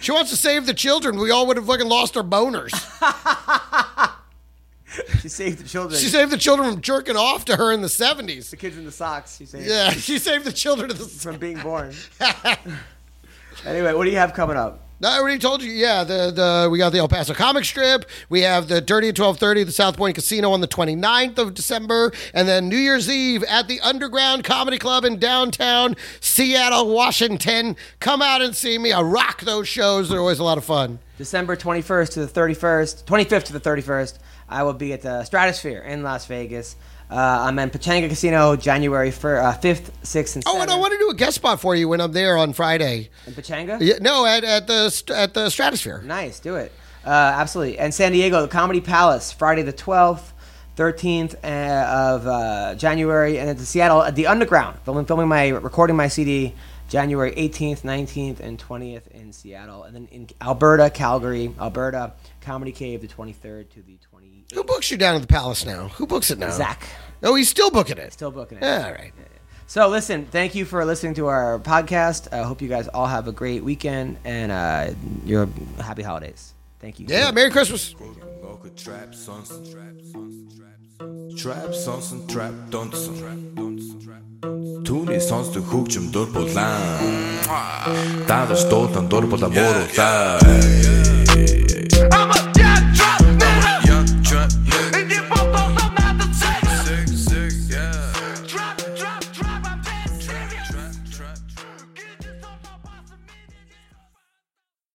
She wants to save the children. We all would have fucking lost our boners.
She saved the children.
She saved the children from jerking off to her in the 70s.
the kids in the socks. She saved
Yeah, she saved the children of the.
from being born. anyway, what do you have coming up?
No, I already told you. Yeah, the the we got the El Paso comic strip. We have the Dirty at twelve thirty, the South Point Casino on the 29th of December, and then New Year's Eve at the Underground Comedy Club in downtown Seattle, Washington. Come out and see me. I rock those shows. They're always a lot of fun.
December 21st to the 31st, 25th to the 31st, I will be at the Stratosphere in Las Vegas. Uh, I'm in Pachanga Casino January fir- uh, 5th, 6th, and 7th.
Oh, and I want to do a guest spot for you when I'm there on Friday.
In Pachanga?
Yeah, no, at, at the st- at the Stratosphere.
Nice, do it. Uh, absolutely. And San Diego, the Comedy Palace, Friday the 12th, 13th uh, of uh, January, and at the Seattle, at the Underground. Filming, filming my, recording my CD January 18th, 19th, and 20th in Seattle. And then in Alberta, Calgary, Alberta, Comedy Cave, the 23rd to the 28th.
Who books you down at the Palace now? Who books it now?
Zach.
Oh, he's still booking it.
Still booking it.
Yeah, all right.
So listen, thank you for listening to our podcast. I hope you guys all have a great weekend and uh, your happy holidays. Thank you.
Yeah, Merry Christmas.
Local trap sons and trap sons and trap sons. Trap sons and trap dansen. Tu nie sons du hugtjum dörr på land. Där står den dörr på land morot där.